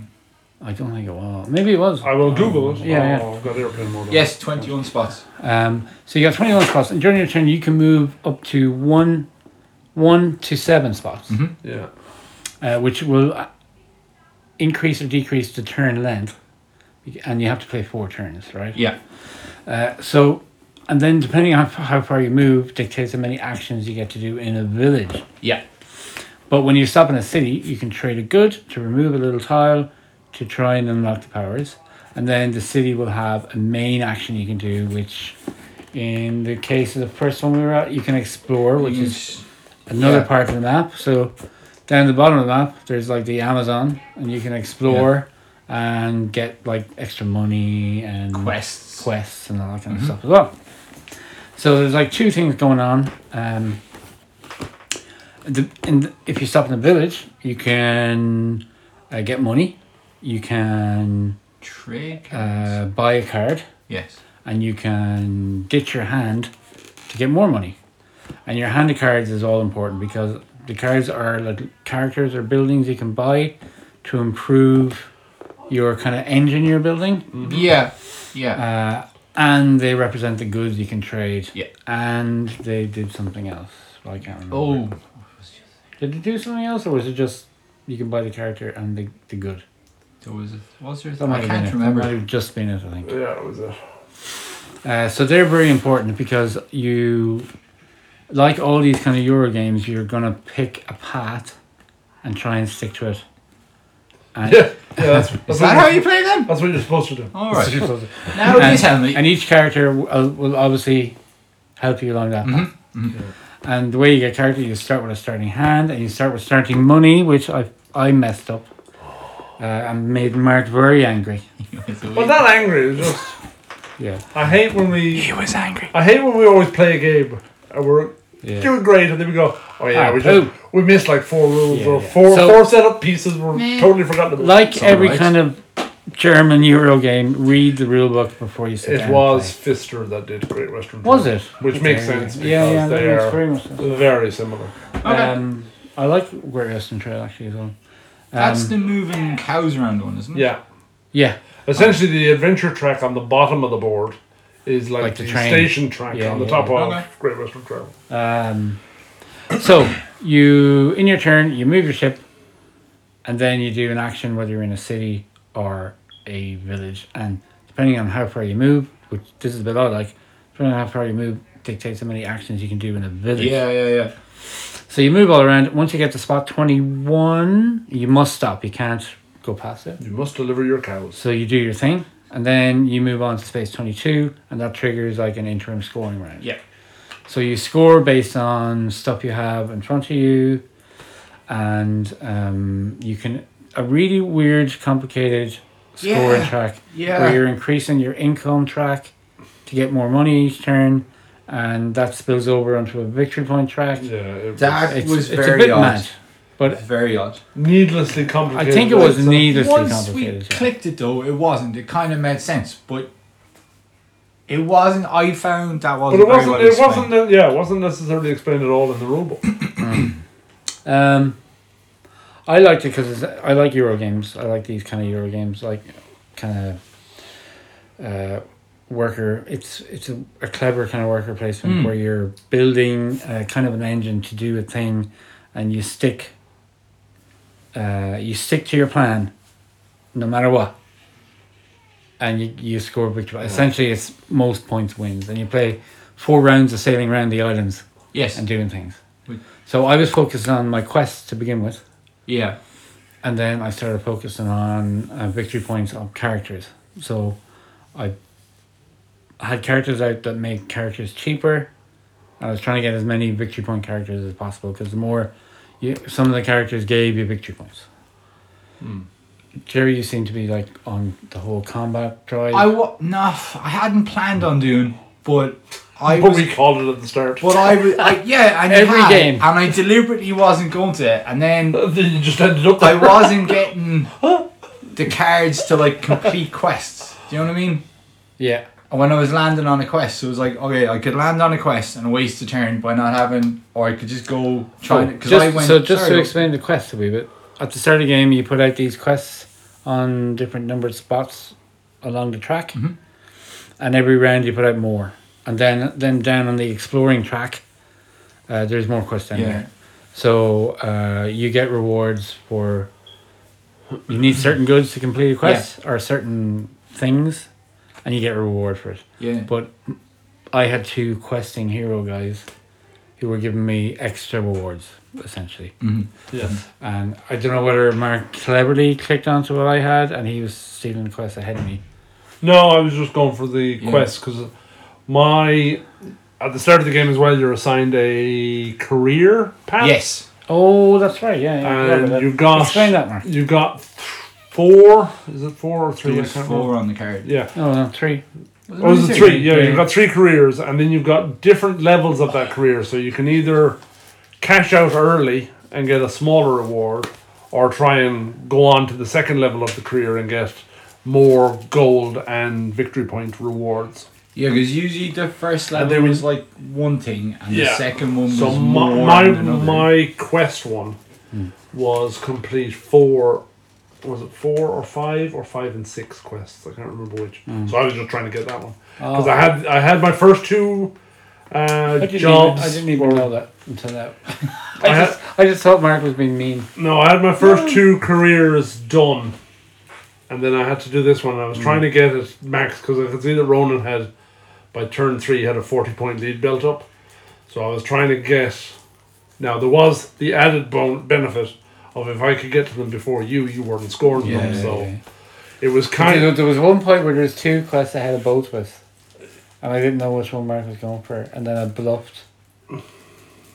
Speaker 1: I don't think it was. Maybe it was.
Speaker 3: I will Google it.
Speaker 1: Yeah,
Speaker 3: oh, I've got airplane mode. on.
Speaker 2: Yes, twenty-one spots.
Speaker 1: Um, so you got 21 spots, and during your turn, you can move up to one, one to seven spots,
Speaker 3: Yeah.
Speaker 1: uh, which will uh, increase or decrease the turn length, and you have to play four turns, right?
Speaker 2: Yeah.
Speaker 1: Uh, so, and then depending on how far you move, dictates how many actions you get to do in a village.
Speaker 2: Yeah.
Speaker 1: But when you stop in a city, you can trade a good to remove a little tile to try and unlock the powers. And then the city will have a main action you can do, which in the case of the first one we were at, you can explore, which is another
Speaker 2: yeah.
Speaker 1: part of the map. So down the bottom of the map, there's like the Amazon, and you can explore and get like extra money and
Speaker 2: quests.
Speaker 1: quests and all that kind of stuff as well. So there's like two things going on. Um, the, in the, if you stop in the village, you can uh, get money, you can
Speaker 2: Trade.
Speaker 1: uh, buy a card,
Speaker 2: yes.
Speaker 1: and you can ditch your hand to get more money. And your hand of cards is all important because the cards are like characters or buildings you can buy to improve your kind of engine you're building.
Speaker 2: Yeah. Yeah.
Speaker 1: Uh, and they represent the goods you can trade.
Speaker 2: Yeah.
Speaker 1: And they did something else. Well, I can't remember.
Speaker 2: Oh,
Speaker 1: Did they do something else, or was it just you can buy the character and the, the good?
Speaker 2: there was a, was there?
Speaker 1: That might
Speaker 2: I
Speaker 1: have been
Speaker 2: can't
Speaker 1: it. That Might
Speaker 2: remember.
Speaker 1: have just been it, I think.
Speaker 3: Yeah, it was a
Speaker 1: Uh, so they're very important because you, like all these kind of Euro games, you're gonna pick a path, and try and stick to it. And,
Speaker 3: yeah, yeah. That's, that's
Speaker 2: Is that
Speaker 3: what
Speaker 2: how
Speaker 3: you-
Speaker 2: you play them?
Speaker 3: That's what you're supposed to do.
Speaker 2: All right.
Speaker 1: You're supposed to-
Speaker 2: Now you tell me.
Speaker 1: and each character w- uh, will obviously help you along that
Speaker 3: Mm-hmm.
Speaker 1: path. And the way you get character, you start with a starting hand, and you start with starting money, which I I messed up, uh, and made Mark very angry.
Speaker 3: Well, not angry. It's just
Speaker 1: Yeah,
Speaker 3: I hate when we.
Speaker 2: he was angry.
Speaker 3: I hate when we always play a game and we're
Speaker 1: yeah.
Speaker 3: doing great, and then we go, "Oh yeah,
Speaker 1: Ah,
Speaker 3: we
Speaker 1: poo."
Speaker 3: just, we missed like four rules
Speaker 1: Yeah,
Speaker 3: or
Speaker 1: yeah.
Speaker 3: four
Speaker 1: So-
Speaker 3: four setup pieces. We're totally forgotten about.
Speaker 1: Like
Speaker 2: It's
Speaker 1: every
Speaker 2: alright.
Speaker 1: kind of German Euro game, read the rule book before you sit
Speaker 3: it
Speaker 1: down. and
Speaker 3: was Fister that did Great Western.
Speaker 1: play. Was
Speaker 3: Trail,
Speaker 1: it?
Speaker 3: Which makes
Speaker 1: Okay,
Speaker 3: sense
Speaker 1: Yeah, yeah, yeah
Speaker 3: because
Speaker 1: that
Speaker 3: they
Speaker 1: makes
Speaker 3: are-
Speaker 1: very much sense.
Speaker 3: Very similar.
Speaker 2: Okay.
Speaker 1: Um, I like Great Western Trail actually as well. Um,
Speaker 2: That's the moving cows around one, isn't it?
Speaker 3: Yeah.
Speaker 1: yeah.
Speaker 3: Essentially, the adventure track on the bottom of the board is like,
Speaker 1: Like the
Speaker 3: the,
Speaker 1: train.
Speaker 3: station track
Speaker 1: Yeah,
Speaker 3: on the
Speaker 1: yeah.
Speaker 3: top of
Speaker 2: Okay.
Speaker 3: Great Western Trail.
Speaker 1: Um, so you, in your turn, you move your ship, and then you do an action whether you're in a city or a village, and depending on how far you move, which this is a bit odd, like depending on how far you move dictates how many actions you can do in a village.
Speaker 2: Yeah, yeah, yeah.
Speaker 1: So you move all around. Once you get to spot twenty one, you must stop. You can't go past it.
Speaker 3: You must deliver your cows.
Speaker 1: So you do your thing, and then you move on to space twenty two, and that triggers like an interim scoring round.
Speaker 2: Yeah.
Speaker 1: So you score based on stuff you have in front of you, and um, you can a really weird, complicated scoring
Speaker 2: Yeah,
Speaker 1: track where
Speaker 2: Yeah.
Speaker 1: you're increasing your income track to get more money each turn, and that spills over onto a victory point track.
Speaker 3: Yeah, it
Speaker 2: That
Speaker 1: It's,
Speaker 2: was
Speaker 1: it's
Speaker 2: very
Speaker 1: a bit
Speaker 2: odd.
Speaker 1: mad, but
Speaker 2: It's very odd.
Speaker 3: needlessly
Speaker 1: I
Speaker 3: complicated.
Speaker 1: think it
Speaker 3: like
Speaker 1: was
Speaker 3: so-
Speaker 1: needlessly
Speaker 2: Once we
Speaker 1: complicated. yeah.
Speaker 2: clicked it though, it wasn't. It kind of made sense, but it wasn't. I found that
Speaker 3: But
Speaker 2: wasn't.
Speaker 3: it
Speaker 2: very
Speaker 3: wasn't.
Speaker 2: well
Speaker 3: It
Speaker 2: explained.
Speaker 3: wasn't. Yeah, it wasn't necessarily explained at all in the rulebook.
Speaker 1: Um, I liked it because I like Euro games. I like these kind of Euro games, like kind of uh, worker. It's it's a, a clever kind of worker placement
Speaker 2: Hmm.
Speaker 1: where you're building uh, kind of an engine to do a thing, and you stick. Uh, you stick to your plan, no matter what. And you, you score victory. Essentially, it's most points wins, and you play four rounds of sailing around the islands
Speaker 2: Yes.
Speaker 1: and doing things.
Speaker 2: We-
Speaker 1: So I was focused on my quest to begin with,
Speaker 2: yeah.
Speaker 1: and then I started focusing on uh, victory points on characters. So I had characters out that make characters cheaper. I was trying to get as many victory point characters as possible because the more you, some of the characters gave you victory points.
Speaker 3: Hmm.
Speaker 1: Jerry, you seem to be like on the whole combat drive.
Speaker 2: I wa- no, I hadn't planned on doing, but I
Speaker 3: But
Speaker 2: was.
Speaker 3: we called it at the start.
Speaker 2: But I was. I, yeah, and you
Speaker 1: Every
Speaker 2: had,
Speaker 1: game.
Speaker 2: and I deliberately wasn't going to, and then
Speaker 3: Then you just ended up.
Speaker 2: I
Speaker 3: There.
Speaker 2: wasn't getting the cards to like complete quests. Do you know what I mean?
Speaker 1: yeah,
Speaker 2: And when I was landing on a quest, it was like, okay, I could land on a quest and waste a turn by not having, or I could just go try
Speaker 1: Oh,
Speaker 2: because
Speaker 1: just-
Speaker 2: I went.
Speaker 1: so just
Speaker 2: sorry,
Speaker 1: to explain the quest a wee bit, at the start of the game, you put out these quests on different numbered spots along the track,
Speaker 2: Mm-hmm.
Speaker 1: and every round you put out more, and then then down on the exploring track, uh, there's more quests down
Speaker 2: yeah,
Speaker 1: there. So uh, you get rewards for you need certain goods to complete a quest or certain things, and you get a reward for it.
Speaker 2: yeah.
Speaker 1: But I had two questing hero guys who were giving me extra rewards, essentially.
Speaker 2: Mhm.
Speaker 3: Yes.
Speaker 1: And I don't know whether Mark cleverly clicked onto what I had and he was stealing the quest ahead of me.
Speaker 3: No, I was just going for the
Speaker 2: Yeah.
Speaker 3: quest because my at the start of the game as well. You're assigned a career path.
Speaker 2: Yes.
Speaker 1: Oh, that's right, yeah. yeah
Speaker 3: And
Speaker 1: yeah.
Speaker 3: you got-
Speaker 1: Explain that, Mark.
Speaker 3: You got th- four. Is it four or three?
Speaker 2: There
Speaker 3: I
Speaker 2: was
Speaker 3: can't
Speaker 2: four
Speaker 3: remember.
Speaker 2: on the card.
Speaker 3: Yeah.
Speaker 1: Oh, no, three.
Speaker 2: Was
Speaker 3: Oh, is
Speaker 2: only
Speaker 3: it three? Yeah,
Speaker 1: Yeah.
Speaker 3: you've got three careers, and then you've got different levels of that career. So you can either cash out early and get a smaller reward, or try and go on to the second level of the career and get more gold and victory point rewards.
Speaker 2: Yeah, because usually the first level
Speaker 3: And there
Speaker 2: was like one thing, and the
Speaker 3: Yeah.
Speaker 2: second one was
Speaker 3: So
Speaker 2: more
Speaker 3: my my,
Speaker 2: than another.
Speaker 3: my quest one was complete four was it four or five or five and six quests? I can't remember which. So I was just trying to get that one because I had I had my first two uh,
Speaker 1: I didn't,
Speaker 3: jobs.
Speaker 1: even, I didn't even
Speaker 3: or-
Speaker 1: know that until now. I,
Speaker 3: I had-
Speaker 1: just, I just thought Mark was being mean.
Speaker 3: No, I had my first two careers done, and then I had to do this one. I
Speaker 1: Mm.
Speaker 3: was trying to get it max because I could see that Ronan had, by turn three, had a forty point lead built up. So I was trying to get. Now there was the added bon- benefit of if I could get to them before you, you weren't scoring them. So it was kind
Speaker 1: There
Speaker 3: of
Speaker 1: there was one point where there was two quests I had a boat with, and I didn't know which one Mark was going for, and then I bluffed.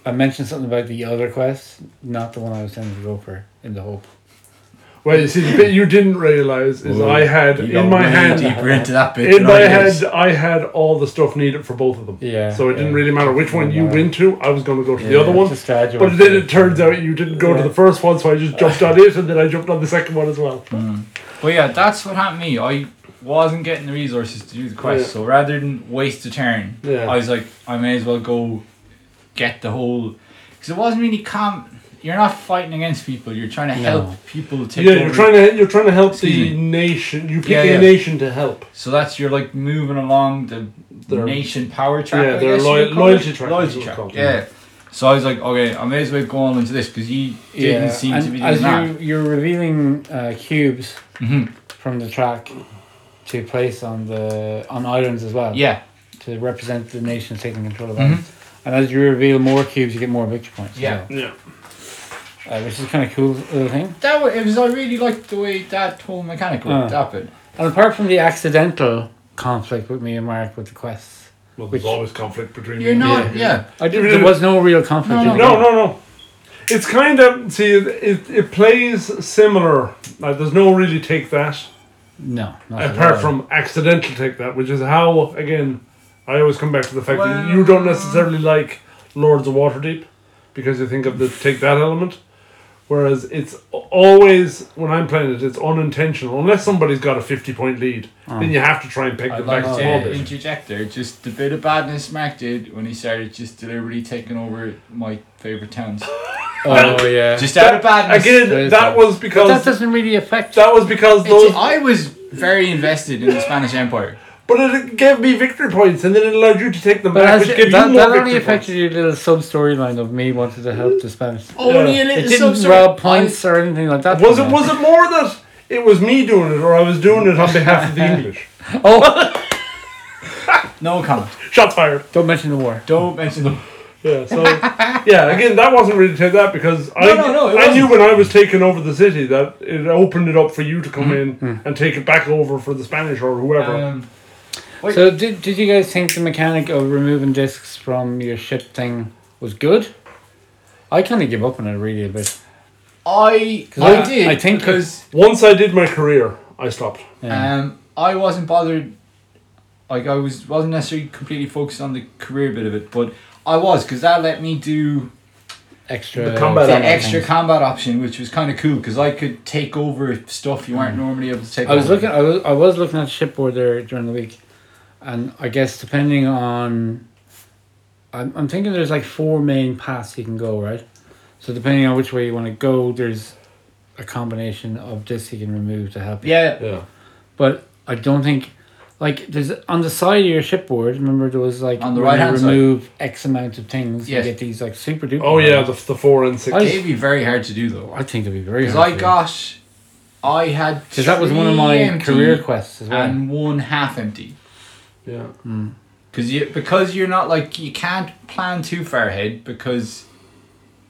Speaker 1: I mentioned something about the other quest, not the one I was trying to go for, in the hope.
Speaker 3: well. You see, the bit you didn't realize is
Speaker 2: Whoa,
Speaker 3: I had
Speaker 2: You got
Speaker 3: in my
Speaker 2: way
Speaker 3: hand.
Speaker 2: deeper into that bit.
Speaker 3: In
Speaker 2: than
Speaker 3: my
Speaker 2: I
Speaker 3: head,
Speaker 2: was.
Speaker 3: I had all the stuff needed for both of them.
Speaker 1: Yeah,
Speaker 3: So it didn't
Speaker 1: yeah.
Speaker 3: really matter which one you
Speaker 1: Yeah.
Speaker 3: went to. I was going to go to the
Speaker 2: Yeah.
Speaker 3: other one.
Speaker 1: Just graduate.
Speaker 3: But then it turns out you didn't go
Speaker 1: Yeah.
Speaker 3: to the first one, so I just jumped on it, and then I jumped on the second one as well.
Speaker 2: Mm. But yeah, that's what happened to me. I wasn't getting the resources to do the quest,
Speaker 3: Yeah.
Speaker 2: so rather than waste a turn,
Speaker 3: Yeah.
Speaker 2: I was like, I may as well go get the whole. Because it wasn't really calm. You're not fighting against people. You're trying to
Speaker 1: No.
Speaker 2: help people take.
Speaker 3: Yeah,
Speaker 2: over.
Speaker 3: you're trying to you're trying to help
Speaker 2: Excuse
Speaker 3: the nation. You pick
Speaker 2: Yeah, yeah.
Speaker 3: a nation to help.
Speaker 2: So that's you're like moving along the
Speaker 3: Their-
Speaker 2: nation power track.
Speaker 3: yeah,
Speaker 2: I
Speaker 3: their
Speaker 2: guess
Speaker 3: loy-
Speaker 2: you would call
Speaker 3: loyalty
Speaker 2: it.
Speaker 3: track,
Speaker 2: Loyalty
Speaker 3: you would
Speaker 2: track.
Speaker 3: call it.
Speaker 2: Yeah. So I was like, okay, I may as well go on into this because you didn't seem to
Speaker 1: and
Speaker 2: be
Speaker 1: as
Speaker 2: doing that.
Speaker 1: You, you're revealing uh, cubes
Speaker 2: Mhm.
Speaker 1: from the track to place on the on islands as well.
Speaker 2: Yeah.
Speaker 1: To represent the nations taking control of
Speaker 2: Mhm.
Speaker 1: islands. And as you reveal more cubes, you get more victory points. as
Speaker 2: Yeah.
Speaker 3: Yeah,
Speaker 1: well, uh, which is kind of cool little thing.
Speaker 2: That wa- it was. I really liked the way that whole mechanic worked.
Speaker 1: Uh.
Speaker 2: That bit.
Speaker 1: And apart from the accidental conflict with me and Mark with the quests,
Speaker 3: well,
Speaker 1: Which-
Speaker 3: there's always conflict between.
Speaker 2: You're
Speaker 3: you and
Speaker 2: not.
Speaker 3: me.
Speaker 2: yeah.
Speaker 1: I did,
Speaker 3: Even
Speaker 1: there
Speaker 3: if-
Speaker 1: was no real conflict.
Speaker 2: No,
Speaker 1: in it.
Speaker 3: No, no, no. It's kind of see it. It, it plays similar. Like there's no really take that.
Speaker 1: no. not at all.
Speaker 3: apart from accidental take that, which is how again I always come back to the fact that you
Speaker 2: Well-
Speaker 3: don't necessarily like Lords of Waterdeep because you think of the take that element. Whereas it's always when I'm playing it, it's unintentional unless somebody's got a fifty point lead,
Speaker 1: Ah.
Speaker 3: then you have to try and peg
Speaker 2: I'd
Speaker 3: them
Speaker 2: like
Speaker 3: back a small
Speaker 2: to
Speaker 3: bit.
Speaker 2: interject there. Just the bit of badness Mark did when he started just deliberately taking over my favourite towns.
Speaker 1: Oh yeah.
Speaker 2: Just out of badness.
Speaker 3: Again,
Speaker 1: There's
Speaker 3: that
Speaker 1: that.
Speaker 3: was
Speaker 1: but that
Speaker 3: because
Speaker 1: doesn't really affect.
Speaker 3: that was because
Speaker 2: It's-
Speaker 3: those,
Speaker 2: I was very invested in the Spanish Empire.
Speaker 3: but it gave me victory points, and then it allowed you to take them
Speaker 1: But
Speaker 3: back,
Speaker 1: as
Speaker 3: which
Speaker 1: that,
Speaker 3: gave you
Speaker 1: that,
Speaker 3: more
Speaker 1: only
Speaker 3: victory points.
Speaker 1: affected your little sub storyline of me wanting to help the Spanish.
Speaker 2: Only a
Speaker 1: It
Speaker 2: little
Speaker 1: didn't
Speaker 2: subset-
Speaker 1: rob points or anything like that.
Speaker 3: Was it
Speaker 1: man.
Speaker 3: was it more that it was me doing it, or I was doing it on behalf of the English?
Speaker 1: Oh,
Speaker 2: No comment.
Speaker 3: Shots fired.
Speaker 1: don't mention the war.
Speaker 2: Don't mention them.
Speaker 3: Yeah. So yeah, again, that wasn't really take that because I
Speaker 2: no, no, it
Speaker 3: I knew when I was taking over the city that it opened it up for you to come
Speaker 2: Mm-hmm.
Speaker 3: in and take it back over for the Spanish or whoever.
Speaker 2: Um,
Speaker 1: So did, did you guys think the mechanic of removing discs from your ship thing was good? I kind of give up on it really a bit.
Speaker 2: I, I,
Speaker 1: 'Cause I-
Speaker 2: did
Speaker 1: I think
Speaker 2: because
Speaker 3: Once I did my career, I stopped.
Speaker 1: Yeah.
Speaker 2: um, I wasn't bothered. Like I was wasn't necessarily completely focused on the career bit of it, but I was because that let me do
Speaker 1: extra
Speaker 3: the combat
Speaker 2: the
Speaker 3: But, um,
Speaker 2: extra combat option, which was kind of cool because I could take over stuff you weren't normally able to take.
Speaker 1: Mm. I was
Speaker 2: over.
Speaker 1: looking. I was, I was looking at shipboard there during the week, and I guess depending on, I'm, I'm thinking there's like four main paths you can go right, so depending on which way you want to go, there's a combination of discs you can remove to help you.
Speaker 2: Yeah,
Speaker 3: Yeah.
Speaker 1: But I don't think, like, there's on the side of your shipboard. Remember there was like
Speaker 2: On the
Speaker 1: when you
Speaker 2: right-hand side.
Speaker 1: remove X amount of things.
Speaker 2: Yes.
Speaker 1: You get these like super duper.
Speaker 3: Oh yeah,
Speaker 1: ones.
Speaker 3: the, the four and six.
Speaker 1: I-
Speaker 2: it'd be very hard to do though.
Speaker 1: I think it'd be very.
Speaker 2: Because I got, I had
Speaker 1: Because that was one of my
Speaker 2: three empty
Speaker 1: career quests as well.
Speaker 2: and one half empty.
Speaker 3: yeah.
Speaker 2: Because you because you're not like you can't plan too far ahead because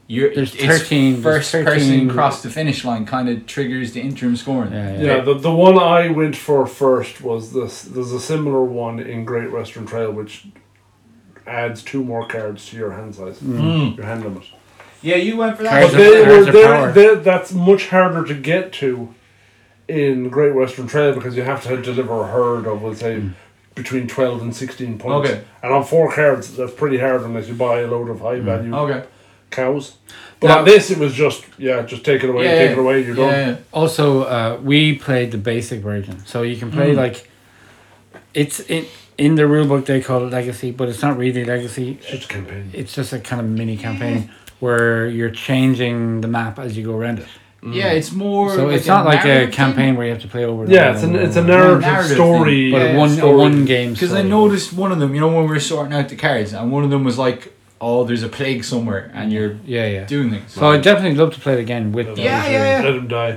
Speaker 2: you're
Speaker 1: There's
Speaker 2: it's
Speaker 1: 13 there's
Speaker 2: first person
Speaker 1: 13
Speaker 2: across the finish line kind of triggers the interim scoring.
Speaker 1: Yeah, yeah.
Speaker 3: Yeah, the, the one I went for first was this. There's a similar one in Great Western Trail, which adds two more cards to your hand size,
Speaker 2: Mm.
Speaker 3: your hand limit.
Speaker 2: Yeah, you went for
Speaker 1: Cards
Speaker 2: that.
Speaker 3: But
Speaker 1: of-
Speaker 3: they
Speaker 1: cards
Speaker 3: were,
Speaker 1: of
Speaker 3: they're,
Speaker 1: power.
Speaker 3: they're, that's much harder to get to in Great Western Trail because you have to deliver a herd of, let's say, between 12 and 16 points.
Speaker 2: Okay.
Speaker 3: And on four cards, that's pretty hard unless you buy a load of high value
Speaker 2: Mm. Okay.
Speaker 3: cows. But
Speaker 1: Now-
Speaker 3: on this, it was just, yeah, just take it away,
Speaker 2: Yeah,
Speaker 3: take
Speaker 2: yeah.
Speaker 3: it away, you're
Speaker 2: Yeah,
Speaker 3: done.
Speaker 2: yeah.
Speaker 1: Also, uh, we played the basic version, so you can play like it's in in the rulebook they call it legacy, but it's not really legacy.
Speaker 3: It's just campaign.
Speaker 1: It's just a kind of mini campaign where you're changing the map as you go around it.
Speaker 2: Yeah, it's more.
Speaker 1: Mm. So it's not like a
Speaker 2: narrative
Speaker 1: campaign where you have to play over. and
Speaker 3: Yeah,
Speaker 1: over
Speaker 3: it's an
Speaker 1: and
Speaker 3: it's a
Speaker 1: over.
Speaker 3: narrative,
Speaker 2: narrative thing,
Speaker 3: story,
Speaker 1: But
Speaker 2: yeah,
Speaker 1: a one
Speaker 3: story.
Speaker 1: a one game.
Speaker 2: Because I
Speaker 1: story.
Speaker 2: noticed one of them, you know, when we were sorting out the cards, and one of them was like, "Oh, there's a plague somewhere, and you're
Speaker 1: Yeah, yeah.
Speaker 2: doing things."
Speaker 1: So I definitely love to play it again with.
Speaker 2: Yeah,
Speaker 1: those,
Speaker 2: yeah,
Speaker 1: really.
Speaker 2: yeah.
Speaker 3: Let him die.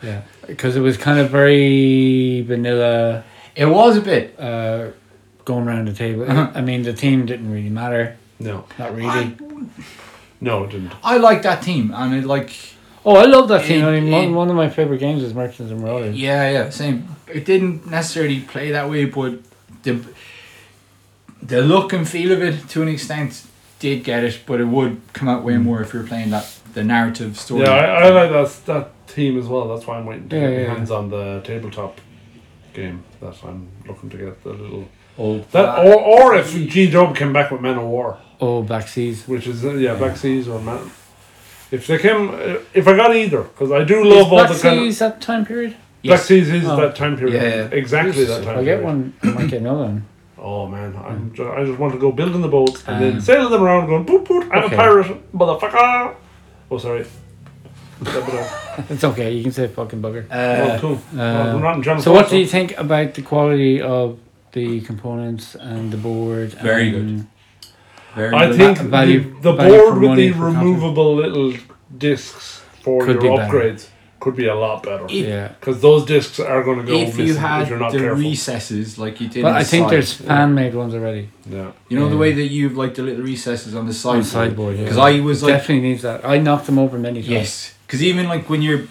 Speaker 1: Yeah, because it was kind of very vanilla,
Speaker 2: it was a bit.
Speaker 1: uh, going around the table.
Speaker 2: Uh-huh.
Speaker 1: I mean, the team didn't really matter.
Speaker 3: No,
Speaker 1: Not really.
Speaker 2: I,
Speaker 3: no, it didn't.
Speaker 2: I like that team, and it like,
Speaker 1: oh, I love that team. I
Speaker 2: It-
Speaker 1: mean,
Speaker 2: it-
Speaker 1: one, one of my favorite games is Merchants and Rollers.
Speaker 2: yeah, yeah, same. It didn't necessarily play that way, but the the look and feel of it, to an extent, did get it. But it would come out
Speaker 1: Hmm.
Speaker 2: way more if you're playing that the narrative story. Uh,
Speaker 3: Yeah, I, I like that that team as well. That's why I'm waiting to
Speaker 1: Yeah,
Speaker 3: get
Speaker 1: yeah,
Speaker 3: my hands on the tabletop game. That I'm looking to get the little
Speaker 1: Old
Speaker 3: that or or if G Dub came back with Man of War,
Speaker 1: old Black Seas.
Speaker 3: which is uh, yeah, Black Seas or Man. If they came, uh, if I got either, because I do love
Speaker 1: Is
Speaker 3: all
Speaker 1: Black
Speaker 3: the kind of,
Speaker 1: Seas that time period?
Speaker 3: Black
Speaker 2: Yes.
Speaker 3: Seas is
Speaker 1: Oh.
Speaker 3: that time period,
Speaker 2: Yeah, yeah.
Speaker 3: exactly that time.
Speaker 1: I'll
Speaker 3: period.
Speaker 1: get one. Mm-hmm. I might get another one.
Speaker 3: Oh man, I'm ju- I just want to go building the boats and
Speaker 2: Ah.
Speaker 3: then
Speaker 1: Um,
Speaker 3: sailing them around, going boop boop. I'm
Speaker 1: Okay.
Speaker 3: a pirate, motherfucker. Oh sorry. That bit of-
Speaker 1: It's okay. You can say fucking bugger.
Speaker 3: well,
Speaker 2: Uh,
Speaker 3: cool.
Speaker 1: uh,
Speaker 3: well, not in John
Speaker 1: So, what
Speaker 3: Forster.
Speaker 1: do you think about the quality of the components and the board?
Speaker 2: Very
Speaker 1: and-
Speaker 2: good. very
Speaker 3: I
Speaker 2: good.
Speaker 3: think
Speaker 1: va- value-
Speaker 3: the, the
Speaker 1: value for
Speaker 3: board with
Speaker 1: money
Speaker 3: the
Speaker 1: for content.
Speaker 3: removable little discs for
Speaker 1: Could
Speaker 3: your
Speaker 1: be better.
Speaker 3: upgrades could be a lot better
Speaker 2: If-
Speaker 1: Yeah.
Speaker 3: because those discs are going to go
Speaker 2: if
Speaker 3: missing
Speaker 2: you had
Speaker 3: if you're not
Speaker 2: the
Speaker 3: careful.
Speaker 2: recesses like you did,
Speaker 1: But
Speaker 2: in
Speaker 1: I
Speaker 2: the
Speaker 1: think
Speaker 2: side,
Speaker 1: there's fan made ones already.
Speaker 3: yeah,
Speaker 2: you know the
Speaker 1: yeah.
Speaker 2: way that you've like the little recesses on the side.
Speaker 1: On sideboard, yeah.
Speaker 2: Because I was like,
Speaker 1: Definitely needs that. I knocked them over many times.
Speaker 2: yes, because even like when you're,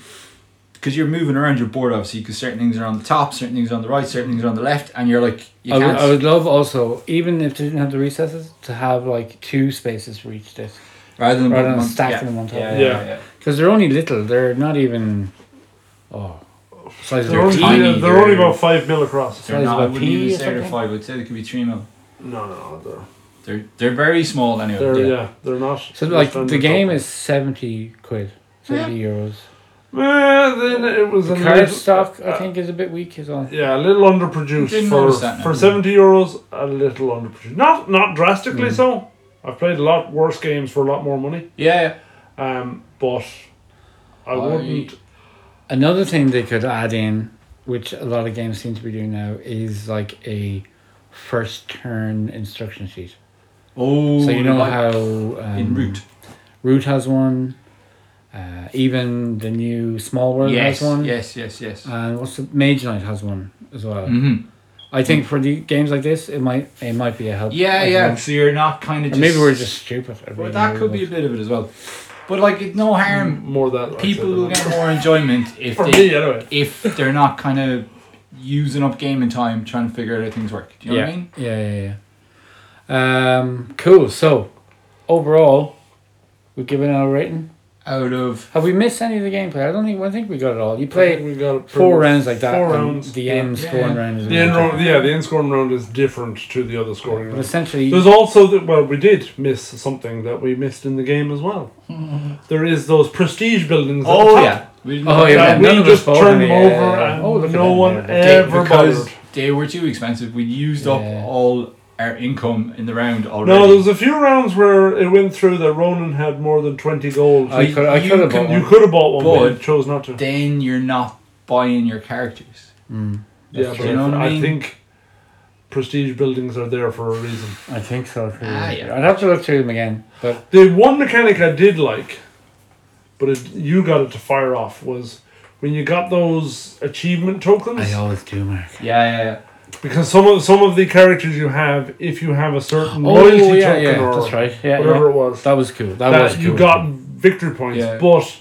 Speaker 2: because you're moving around your board obviously, because certain things are on the top, certain things are on the right, certain things are on the left, and you're like, you
Speaker 1: I would,
Speaker 2: can't.
Speaker 1: I would love also, even if they didn't have the recesses, to have like two spaces for each disc.
Speaker 2: rather than,
Speaker 1: rather
Speaker 2: putting
Speaker 1: than
Speaker 2: on-
Speaker 1: stacking
Speaker 2: yeah,
Speaker 1: them on top.
Speaker 2: Yeah,
Speaker 3: Yeah.
Speaker 2: yeah, yeah.
Speaker 1: Because they're only little, they're not even. Oh. Size of
Speaker 3: they're,
Speaker 1: a
Speaker 3: only,
Speaker 1: pea.
Speaker 2: tiny,
Speaker 3: they're,
Speaker 2: they're-
Speaker 3: only about five mil across.
Speaker 2: They're
Speaker 1: Size
Speaker 2: not.
Speaker 1: of
Speaker 2: I
Speaker 1: a
Speaker 2: wouldn't
Speaker 1: pea
Speaker 2: even
Speaker 1: or
Speaker 2: say they're
Speaker 1: something?
Speaker 2: five. I'd say they could be three mil.
Speaker 3: No, no, no,
Speaker 2: They're they're very small
Speaker 3: they're,
Speaker 2: anyway.
Speaker 3: they're yeah.
Speaker 2: yeah.
Speaker 3: they're not.
Speaker 1: So, like,
Speaker 3: they're
Speaker 1: the game
Speaker 3: not-
Speaker 1: is 70 quid, 70 euros.
Speaker 3: Eh, then it was
Speaker 1: The
Speaker 3: a
Speaker 1: card
Speaker 3: little,
Speaker 1: stock, I
Speaker 3: uh,
Speaker 1: think, is a bit weak as well.
Speaker 3: Yeah, a little underproduced
Speaker 2: Didn't
Speaker 3: for
Speaker 2: notice that now.
Speaker 3: for seventy euros. A little underproduced, not not drastically
Speaker 1: Mm.
Speaker 3: so. I've played a lot worse games for a lot more money.
Speaker 2: yeah, yeah.
Speaker 3: Um, but I
Speaker 2: I-
Speaker 3: wouldn't.
Speaker 1: Another thing they could add in, which a lot of games seem to be doing now, is like a first turn instruction sheet.
Speaker 2: Oh,
Speaker 1: So you know
Speaker 2: like
Speaker 1: how um,
Speaker 2: in route.
Speaker 1: Root has one. Uh, even the new Small World
Speaker 2: Yes,
Speaker 1: has one.
Speaker 2: yes, yes, yes.
Speaker 1: And what's the Mage Knight has one as well.
Speaker 2: Mm-hmm.
Speaker 1: I think for the games like this, it might it might be a help.
Speaker 2: Yeah,
Speaker 1: as
Speaker 2: yeah.
Speaker 1: well.
Speaker 2: So you're not kind of
Speaker 1: Or maybe we're just stupid. at
Speaker 2: Well,
Speaker 1: reading
Speaker 2: that
Speaker 1: the
Speaker 2: could be a
Speaker 1: rules.
Speaker 2: bit of it as well. But like, it's no harm.
Speaker 3: More that
Speaker 2: Mm. People
Speaker 3: who
Speaker 2: will get more enjoyment if
Speaker 3: for
Speaker 2: they
Speaker 3: me anyway.
Speaker 2: if they're not kind of using up game and time trying to figure out how things work. Do you know what I mean?
Speaker 1: Yeah, yeah, yeah. Um, cool. So overall, we've given it a rating.
Speaker 2: Out of
Speaker 1: Have we missed any of the gameplay? I don't think. I think we got it all. You play
Speaker 3: we got a
Speaker 1: four
Speaker 3: pretty-
Speaker 1: rounds like that.
Speaker 3: Four
Speaker 1: and
Speaker 3: rounds.
Speaker 1: The
Speaker 3: yeah.
Speaker 1: end
Speaker 2: Yeah,
Speaker 1: scoring
Speaker 2: yeah.
Speaker 1: round is.
Speaker 3: The end round, yeah, the end scoring round is different to the other scoring
Speaker 1: But
Speaker 3: rounds.
Speaker 1: essentially,
Speaker 3: There's also that well, we did miss something that we missed in the game as well. There is those prestige buildings. at the top
Speaker 2: we didn't
Speaker 1: Oh,
Speaker 2: know
Speaker 1: yeah,
Speaker 2: that.
Speaker 3: that
Speaker 1: none
Speaker 3: we
Speaker 1: of us
Speaker 3: just
Speaker 1: bought
Speaker 3: turned
Speaker 1: any,
Speaker 3: them
Speaker 1: yeah,
Speaker 3: over
Speaker 1: yeah, yeah.
Speaker 3: and
Speaker 1: Oh, look at
Speaker 3: no
Speaker 1: them,
Speaker 3: one
Speaker 1: they're
Speaker 2: They-
Speaker 3: ever
Speaker 2: because
Speaker 3: bothered.
Speaker 2: they were too expensive. We used
Speaker 1: Yeah.
Speaker 2: up all our income in the round already.
Speaker 3: No, there was a few rounds where it went through that Ronan had more than twenty gold.
Speaker 1: I could. I
Speaker 2: you
Speaker 1: could have
Speaker 2: can-
Speaker 1: bought
Speaker 3: you
Speaker 1: one.
Speaker 3: could have bought one, but
Speaker 2: But
Speaker 3: you chose not to.
Speaker 2: then you're not buying your characters.
Speaker 1: Mm,
Speaker 3: Yeah,
Speaker 1: That's
Speaker 3: but
Speaker 1: true.
Speaker 2: You know what I
Speaker 3: I,
Speaker 2: mean?
Speaker 3: think prestige buildings are there for a reason.
Speaker 1: I think so. too.
Speaker 2: Ah, yeah.
Speaker 1: I'd have to look through them again, but
Speaker 3: The one mechanic I did like, but it, you got it to fire off, was when you got those achievement tokens.
Speaker 1: always do, Mark.
Speaker 2: Yeah, yeah, yeah.
Speaker 3: Because some of some of the characters you have, if you have a certain
Speaker 1: Oh
Speaker 3: loyalty
Speaker 1: yeah,
Speaker 3: token
Speaker 1: yeah.
Speaker 3: or
Speaker 1: That's right. Yeah,
Speaker 3: whatever
Speaker 1: yeah.
Speaker 3: it was,
Speaker 1: That was cool. That,
Speaker 3: that
Speaker 1: was cool.
Speaker 3: you got victory points.
Speaker 2: Yeah.
Speaker 3: But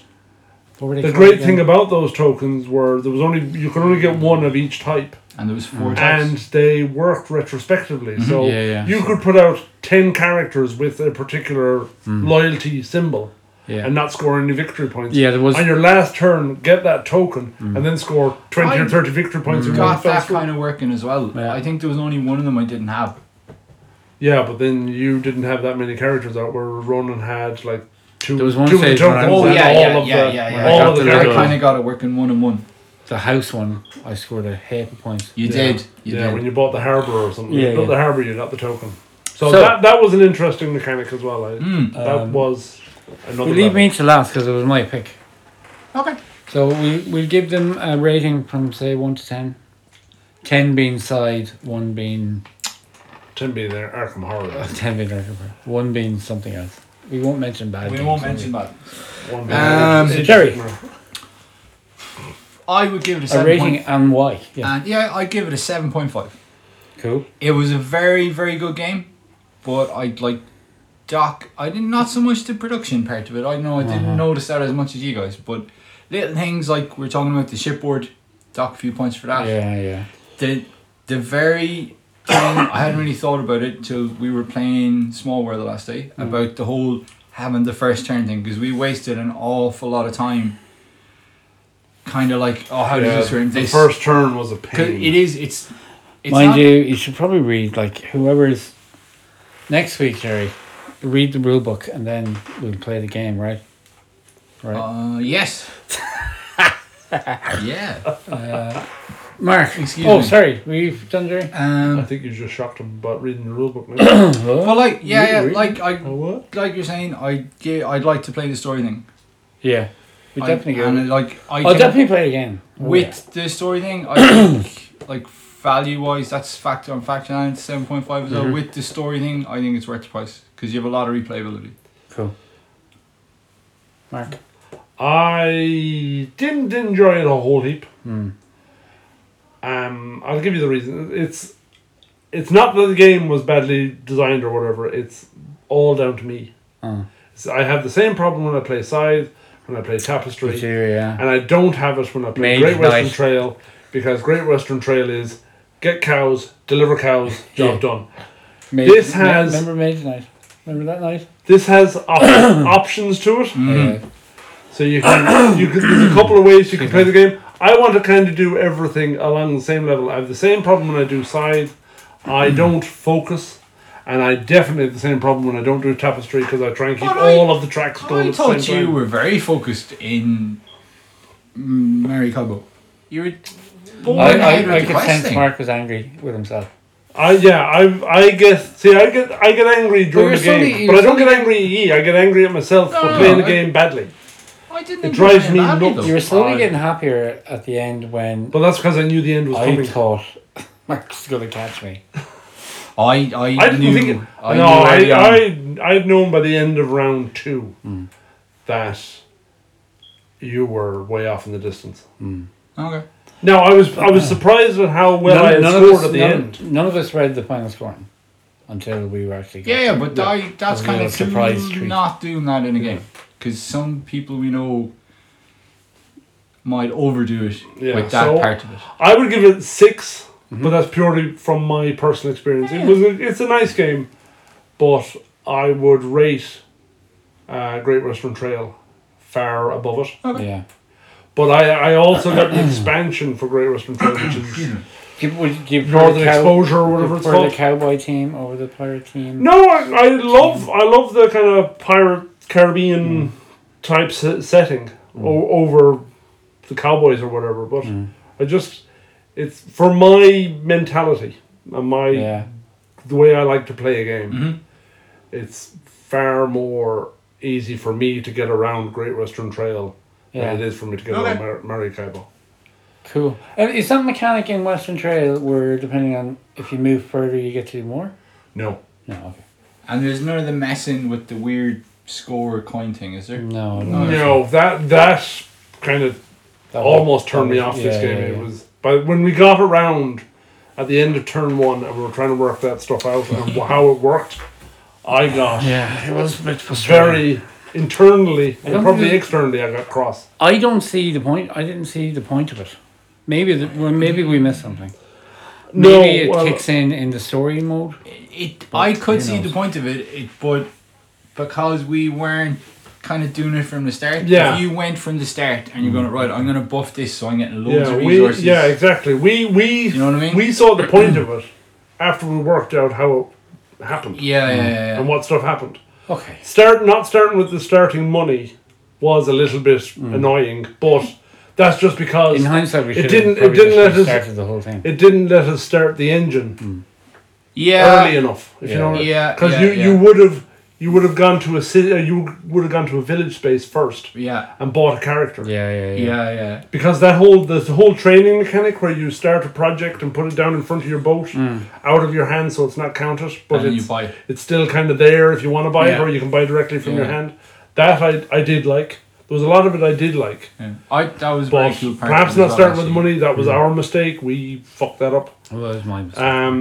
Speaker 1: What were they
Speaker 3: the
Speaker 1: called
Speaker 3: great
Speaker 1: again?
Speaker 3: thing about those tokens were there was only you could only get one of each type,
Speaker 2: And there was
Speaker 1: Mm.
Speaker 2: four types.
Speaker 3: and they worked retrospectively. So
Speaker 1: Mm-hmm. yeah, yeah.
Speaker 3: you could put out 10 characters with a particular loyalty symbol
Speaker 1: Mm. yeah.
Speaker 3: and not score any victory points.
Speaker 1: yeah, there was Mm.
Speaker 3: On your last turn, get that token and then score 20
Speaker 2: I
Speaker 3: or 30 victory points. in one
Speaker 2: got
Speaker 3: fell
Speaker 2: that
Speaker 3: swoop.
Speaker 2: kind of working as well.
Speaker 1: Yeah.
Speaker 2: I think there was only one of them I didn't have.
Speaker 3: Yeah, but then you didn't have that many characters out where Ronan had like two,
Speaker 1: There was one
Speaker 3: two of the
Speaker 1: stage when I
Speaker 3: tokens
Speaker 1: was
Speaker 3: and
Speaker 2: at- Oh, yeah,
Speaker 3: all
Speaker 2: yeah,
Speaker 3: of the,
Speaker 2: yeah, yeah,
Speaker 1: yeah. I
Speaker 3: All
Speaker 1: got
Speaker 3: of
Speaker 1: the
Speaker 3: the
Speaker 2: I
Speaker 1: little-
Speaker 3: characters.
Speaker 2: kind of got it working one on one.
Speaker 1: the house one. I scored a heap of points.
Speaker 2: You
Speaker 3: Yeah.
Speaker 2: did. You
Speaker 3: yeah,
Speaker 2: did.
Speaker 3: when you bought the harbour or something.
Speaker 1: Yeah,
Speaker 3: you built
Speaker 1: yeah.
Speaker 3: the harbour, you got the token. So,
Speaker 1: So-
Speaker 3: that, that was an interesting mechanic as well. I,
Speaker 2: Mm.
Speaker 3: that
Speaker 1: Um,
Speaker 3: was another
Speaker 1: You leave me
Speaker 3: level.
Speaker 1: to last because it was my pick.
Speaker 2: Okay.
Speaker 1: So we, we'll give them a rating from, say, 1 to 10. 10 being side, 1 being.
Speaker 3: Tim being there, Arkham Horror.
Speaker 1: 10 being. Arkham Horror, 1 being something else. We won't mention bad
Speaker 2: We
Speaker 1: games,
Speaker 2: won't
Speaker 1: will
Speaker 2: mention that.
Speaker 3: One
Speaker 2: Um,
Speaker 3: bit.
Speaker 1: Jerry.
Speaker 2: I would give it a
Speaker 1: A
Speaker 2: seven.
Speaker 1: rating
Speaker 2: point-
Speaker 1: and why. Yeah.
Speaker 2: and yeah, I'd give it a seven point five.
Speaker 1: Cool.
Speaker 2: It was a very, very good game, but I like Doc. I did not so much the production part of it. I know I didn't
Speaker 1: Uh-huh.
Speaker 2: notice that as much as you guys, but little things like we're talking about the shipboard. Doc, a few points for that.
Speaker 1: Yeah, yeah.
Speaker 2: The the very thing I hadn't really thought about it till we were playing Small World last day
Speaker 1: Mm.
Speaker 2: about the whole having the first turn thing because we wasted an awful lot of time. Kind of like, oh, how
Speaker 3: Yeah,
Speaker 2: does this work?
Speaker 3: the
Speaker 2: This
Speaker 3: first turn was a
Speaker 2: 'cause
Speaker 3: pain.
Speaker 2: it is. It's. it's
Speaker 1: Mind
Speaker 2: not-
Speaker 1: you, you should probably read, like, whoever's next week, Jerry, read the rule book and then we'll play the game, right? Right.
Speaker 2: Uh, yes. yeah.
Speaker 1: Mark.
Speaker 2: excuse
Speaker 1: oh,
Speaker 2: me.
Speaker 1: sorry. We've done Jerry.
Speaker 3: I
Speaker 2: Um,
Speaker 3: think you just shocked him about reading the rulebook. now.
Speaker 1: Uh-huh.
Speaker 2: well, like, yeah, yeah,
Speaker 3: Really?
Speaker 2: like
Speaker 3: oh,
Speaker 2: I,
Speaker 3: what?
Speaker 2: like you're saying, I, gi- I'd like to play the story thing.
Speaker 1: Yeah. We
Speaker 2: I-
Speaker 1: definitely go.
Speaker 2: and I, like I
Speaker 1: I'll
Speaker 2: can-
Speaker 1: definitely play it again. Oh,
Speaker 2: with the story thing. I think, like value wise, that's factor on factor nine seven point five as well.
Speaker 1: Mhm.
Speaker 2: With the story thing, I think it's worth the price because you have a lot of replayability.
Speaker 1: yeah. Cool. Mark.
Speaker 3: I didn't enjoy it a whole heap.
Speaker 1: Hmm.
Speaker 3: Um, I'll give you the reason. It's it's not that the game was badly designed or whatever. It's all down to me.
Speaker 1: Oh.
Speaker 3: So I have the same problem when I play Scythe, when I play Tapestry,
Speaker 1: With you, yeah.
Speaker 3: and I don't have it when I play
Speaker 1: Mage
Speaker 3: Great Western
Speaker 1: Knight.
Speaker 3: Trail because Great Western Trail is get cows, deliver cows, job
Speaker 1: Yeah.
Speaker 3: done.
Speaker 1: Mage,
Speaker 3: This
Speaker 1: me-
Speaker 3: has-
Speaker 1: Remember Mage Night? Remember that night?
Speaker 3: This has op- options to it.
Speaker 2: Mm-hmm.
Speaker 1: Yeah.
Speaker 3: So you can, you can there's a couple of ways you can play the game. I want to kind of do everything along the same level. I have the same problem when I do side. I don't focus, and I definitely have the same problem when I don't do tapestry because I try and keep
Speaker 2: But I-
Speaker 3: all of the tracks going.
Speaker 2: I
Speaker 3: at the
Speaker 2: thought
Speaker 3: same
Speaker 2: you
Speaker 3: time.
Speaker 2: were very focused in mm, Mary Cobo. You were.
Speaker 1: I,
Speaker 2: Why the hell
Speaker 1: I,
Speaker 2: did
Speaker 1: I
Speaker 2: you
Speaker 1: could
Speaker 2: quest
Speaker 1: sense
Speaker 2: thing?
Speaker 1: Mark was angry with himself.
Speaker 3: I yeah, I I get see, I get I get angry during
Speaker 1: you're
Speaker 3: the game,
Speaker 1: suddenly-
Speaker 3: but I
Speaker 1: you're
Speaker 3: don't get angry at ye. I get angry at myself
Speaker 2: No,
Speaker 3: for
Speaker 2: no,
Speaker 3: playing
Speaker 2: no,
Speaker 3: the
Speaker 2: I-
Speaker 3: game badly.
Speaker 2: I didn't.
Speaker 3: It
Speaker 2: enjoy
Speaker 3: drives
Speaker 2: playing
Speaker 3: me
Speaker 2: badly,
Speaker 3: nuts.
Speaker 2: though.
Speaker 1: You were slowly
Speaker 3: I-
Speaker 1: getting happier at the end when
Speaker 3: But that's because I knew the end was
Speaker 1: I
Speaker 3: coming.
Speaker 1: thought Mark's going to catch me.
Speaker 2: I I,
Speaker 3: I didn't
Speaker 2: knew,
Speaker 3: think it.
Speaker 2: I um,
Speaker 3: no,
Speaker 2: knew early on.
Speaker 3: I, I I'd known by the end of round two
Speaker 1: Mm.
Speaker 3: that you were way off in the distance.
Speaker 2: Okay.
Speaker 3: No, I was I was surprised at how well I had
Speaker 1: of
Speaker 3: scored
Speaker 1: us,
Speaker 3: at the
Speaker 1: none,
Speaker 3: end.
Speaker 1: none of us read the final scoring until we were actually.
Speaker 2: Yeah, yeah, but I, that's
Speaker 1: Wasn't
Speaker 2: kind
Speaker 1: it a
Speaker 2: of
Speaker 1: surprise
Speaker 2: surprise
Speaker 1: treat?
Speaker 2: not doing that in a game because some people we know might overdo it
Speaker 3: Yeah,
Speaker 2: with that
Speaker 3: so-
Speaker 2: part of it.
Speaker 3: I would give it 6
Speaker 1: Mhm.
Speaker 3: but that's purely from my personal experience. It was a, it's a nice game, but I would rate uh, Great Western Trail far above it.
Speaker 1: Yeah.
Speaker 3: But I I also got the expansion for Great Western Trail, which is
Speaker 1: Give, would give
Speaker 3: Northern Exposure or whatever it's
Speaker 1: for
Speaker 3: called.
Speaker 1: the cowboy team over the pirate team.
Speaker 3: No, I, I love I love the kind of pirate Caribbean
Speaker 1: Mm.
Speaker 3: type se- setting o- over the cowboys or whatever. But
Speaker 1: Mm.
Speaker 3: I just it's for my mentality and my
Speaker 1: Yeah. Mm-hmm.
Speaker 3: the way I like to play a game. It's far more easy for me to get around Great Western Trail
Speaker 1: Yeah.
Speaker 3: than it is for me to get
Speaker 2: Okay.
Speaker 3: around Mar- Maracaibo.
Speaker 1: Cool. And is that mechanic in Western Trail where depending on if you move further you get to do more?
Speaker 3: No,
Speaker 1: No. Okay.
Speaker 2: And there's none of the messing with the weird score coin thing, is there?
Speaker 1: No. I don't
Speaker 2: No.
Speaker 1: know.
Speaker 3: no, that that kind of
Speaker 1: That
Speaker 3: almost
Speaker 1: was-
Speaker 3: turned
Speaker 1: that
Speaker 3: me
Speaker 1: was-
Speaker 3: off this
Speaker 1: yeah,
Speaker 3: game.
Speaker 1: yeah,
Speaker 3: It
Speaker 1: yeah.
Speaker 3: was, but when we got around at the end of turn one and we were trying to work that stuff out and how it worked, I got
Speaker 1: Yeah, it was a bit frustrating.
Speaker 3: very internally
Speaker 1: don't
Speaker 3: and probably
Speaker 1: think-
Speaker 3: externally. I got cross.
Speaker 1: I don't see the point. I didn't see the point of it. Maybe the, well, maybe we missed something.
Speaker 3: No,
Speaker 1: maybe it
Speaker 3: well-
Speaker 1: kicks in in the story mode.
Speaker 2: It, I could
Speaker 1: who
Speaker 2: see the
Speaker 1: knows?
Speaker 2: point of it, it, but because we weren't kind of doing it from the start.
Speaker 3: Yeah.
Speaker 2: If you went from the start and you're going to
Speaker 1: Mm.
Speaker 2: right, I'm going to buff this so I'm getting loads
Speaker 3: Yeah,
Speaker 2: of
Speaker 3: we,
Speaker 2: resources.
Speaker 3: yeah, exactly. We we
Speaker 2: You know what I mean?
Speaker 3: we saw the point of it after we worked out how it happened
Speaker 2: yeah, yeah, yeah, yeah.
Speaker 3: and what stuff happened.
Speaker 1: Okay.
Speaker 3: Start not starting with the starting money was a little bit
Speaker 2: Mm.
Speaker 3: annoying, but that's just because
Speaker 1: In hindsight, we
Speaker 3: It
Speaker 1: should
Speaker 3: didn't- it
Speaker 1: Have
Speaker 3: didn't let us-
Speaker 1: started the whole thing.
Speaker 3: it didn't let us start the engine.
Speaker 2: yeah.
Speaker 3: early enough. If you
Speaker 1: Yeah.
Speaker 3: know,
Speaker 2: Yeah,
Speaker 3: because
Speaker 2: yeah,
Speaker 3: you
Speaker 2: yeah.
Speaker 3: you would have you would have gone to a city. uh, You would have gone to a village space first
Speaker 2: Yeah,
Speaker 3: and bought a character.
Speaker 1: Yeah, yeah, yeah.
Speaker 2: yeah, yeah.
Speaker 3: Because that whole the whole training mechanic where you start a project and put it down in front of your boat, out of your hand, so it's not counted, but
Speaker 2: Mm. and then you
Speaker 3: it's,
Speaker 2: buy it.
Speaker 3: it's still kind of there if you want to buy it,
Speaker 2: Yeah.
Speaker 3: or you can buy directly from your
Speaker 2: Yeah.
Speaker 3: hand. That I I did like. There was a lot of it I did like.
Speaker 2: Yeah. I that was a very
Speaker 3: But
Speaker 2: cool. part
Speaker 3: perhaps
Speaker 2: of it
Speaker 3: not
Speaker 2: as well,
Speaker 3: starting with
Speaker 2: actually.
Speaker 3: money. That was our mistake. We fucked that up.
Speaker 1: Well, that was my mistake.
Speaker 3: Um,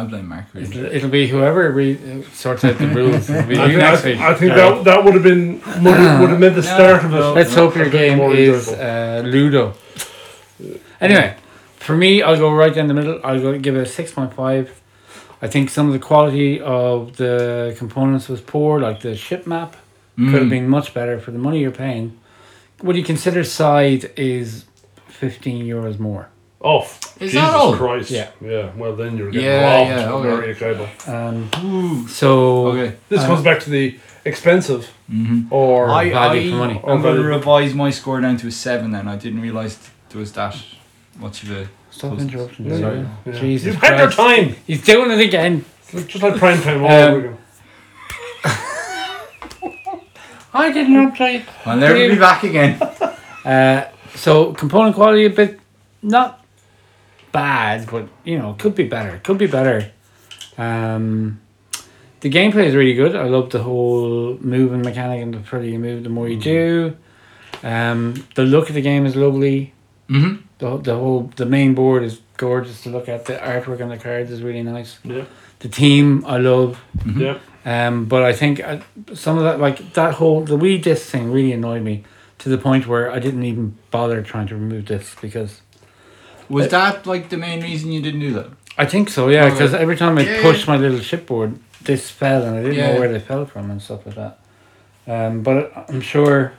Speaker 2: I blame Mark. Really.
Speaker 1: It'll it'll be whoever re- uh, sorts out the rules. It'll be
Speaker 3: I,
Speaker 1: you
Speaker 3: think,
Speaker 1: next
Speaker 3: I,
Speaker 1: week.
Speaker 3: I think
Speaker 1: Yeah.
Speaker 3: that that would have been would, would have meant the
Speaker 2: No,
Speaker 3: start of it.
Speaker 2: no.
Speaker 1: Let's hope your
Speaker 3: a bit
Speaker 1: game
Speaker 3: more
Speaker 1: is
Speaker 3: enjoyable.
Speaker 1: uh, Ludo. Anyway, for me, I'll go right down the middle. I'll go give it a six point five. I think some of the quality of the components was poor, like the ship map could
Speaker 2: Mm.
Speaker 1: have been much better for the money you're paying. Would you consider side is fifteen euros more?
Speaker 3: off.
Speaker 2: Is
Speaker 3: Jesus
Speaker 2: that all?
Speaker 3: Christ.
Speaker 1: Yeah.
Speaker 3: Yeah. Well, then you're getting
Speaker 2: Yeah,
Speaker 3: robbed.
Speaker 2: yeah, okay.
Speaker 3: Very incredible.
Speaker 1: Um,
Speaker 2: Ooh.
Speaker 1: so
Speaker 2: Okay.
Speaker 3: This
Speaker 1: Uh,
Speaker 3: comes back to the expensive
Speaker 2: Mhm.
Speaker 3: or
Speaker 2: I,
Speaker 1: value for
Speaker 2: I,
Speaker 1: money.
Speaker 2: I'm going to
Speaker 3: Value.
Speaker 2: revise my score down to a seven. Then I didn't realize there was that much of a.
Speaker 1: stop
Speaker 2: Close.
Speaker 1: interrupting.
Speaker 3: Yeah.
Speaker 1: Sorry.
Speaker 3: Yeah.
Speaker 1: Jesus
Speaker 3: You've had your
Speaker 1: Christ.
Speaker 3: time.
Speaker 1: He's doing it again.
Speaker 3: It's Just like prime time all
Speaker 1: Um,
Speaker 3: over again.
Speaker 1: I did not play.
Speaker 2: I'll never be
Speaker 1: Dude.
Speaker 2: back again.
Speaker 1: Uh, so component quality a bit not bad, but you know could be better. Could be better. Um, the gameplay is really good. I love the whole moving mechanic and the further you move, the more you do. Um, the look of the game is lovely.
Speaker 2: hmm
Speaker 1: The, the whole the main board is gorgeous to look at. The artwork on the cards is really nice.
Speaker 3: Yeah.
Speaker 1: The team I love.
Speaker 3: Yeah.
Speaker 1: Um, but I think uh some of that, like that whole the Wii disc thing, really annoyed me to the point where I didn't even bother trying to remove discs because
Speaker 2: Was that like the main reason you didn't do that?
Speaker 1: I think so, yeah.
Speaker 2: Okay.
Speaker 1: Because every time I
Speaker 2: Yeah,
Speaker 1: pushed my little shipboard, this fell, and I didn't
Speaker 2: Yeah.
Speaker 1: know where they fell from and stuff like that. Um, but I'm sure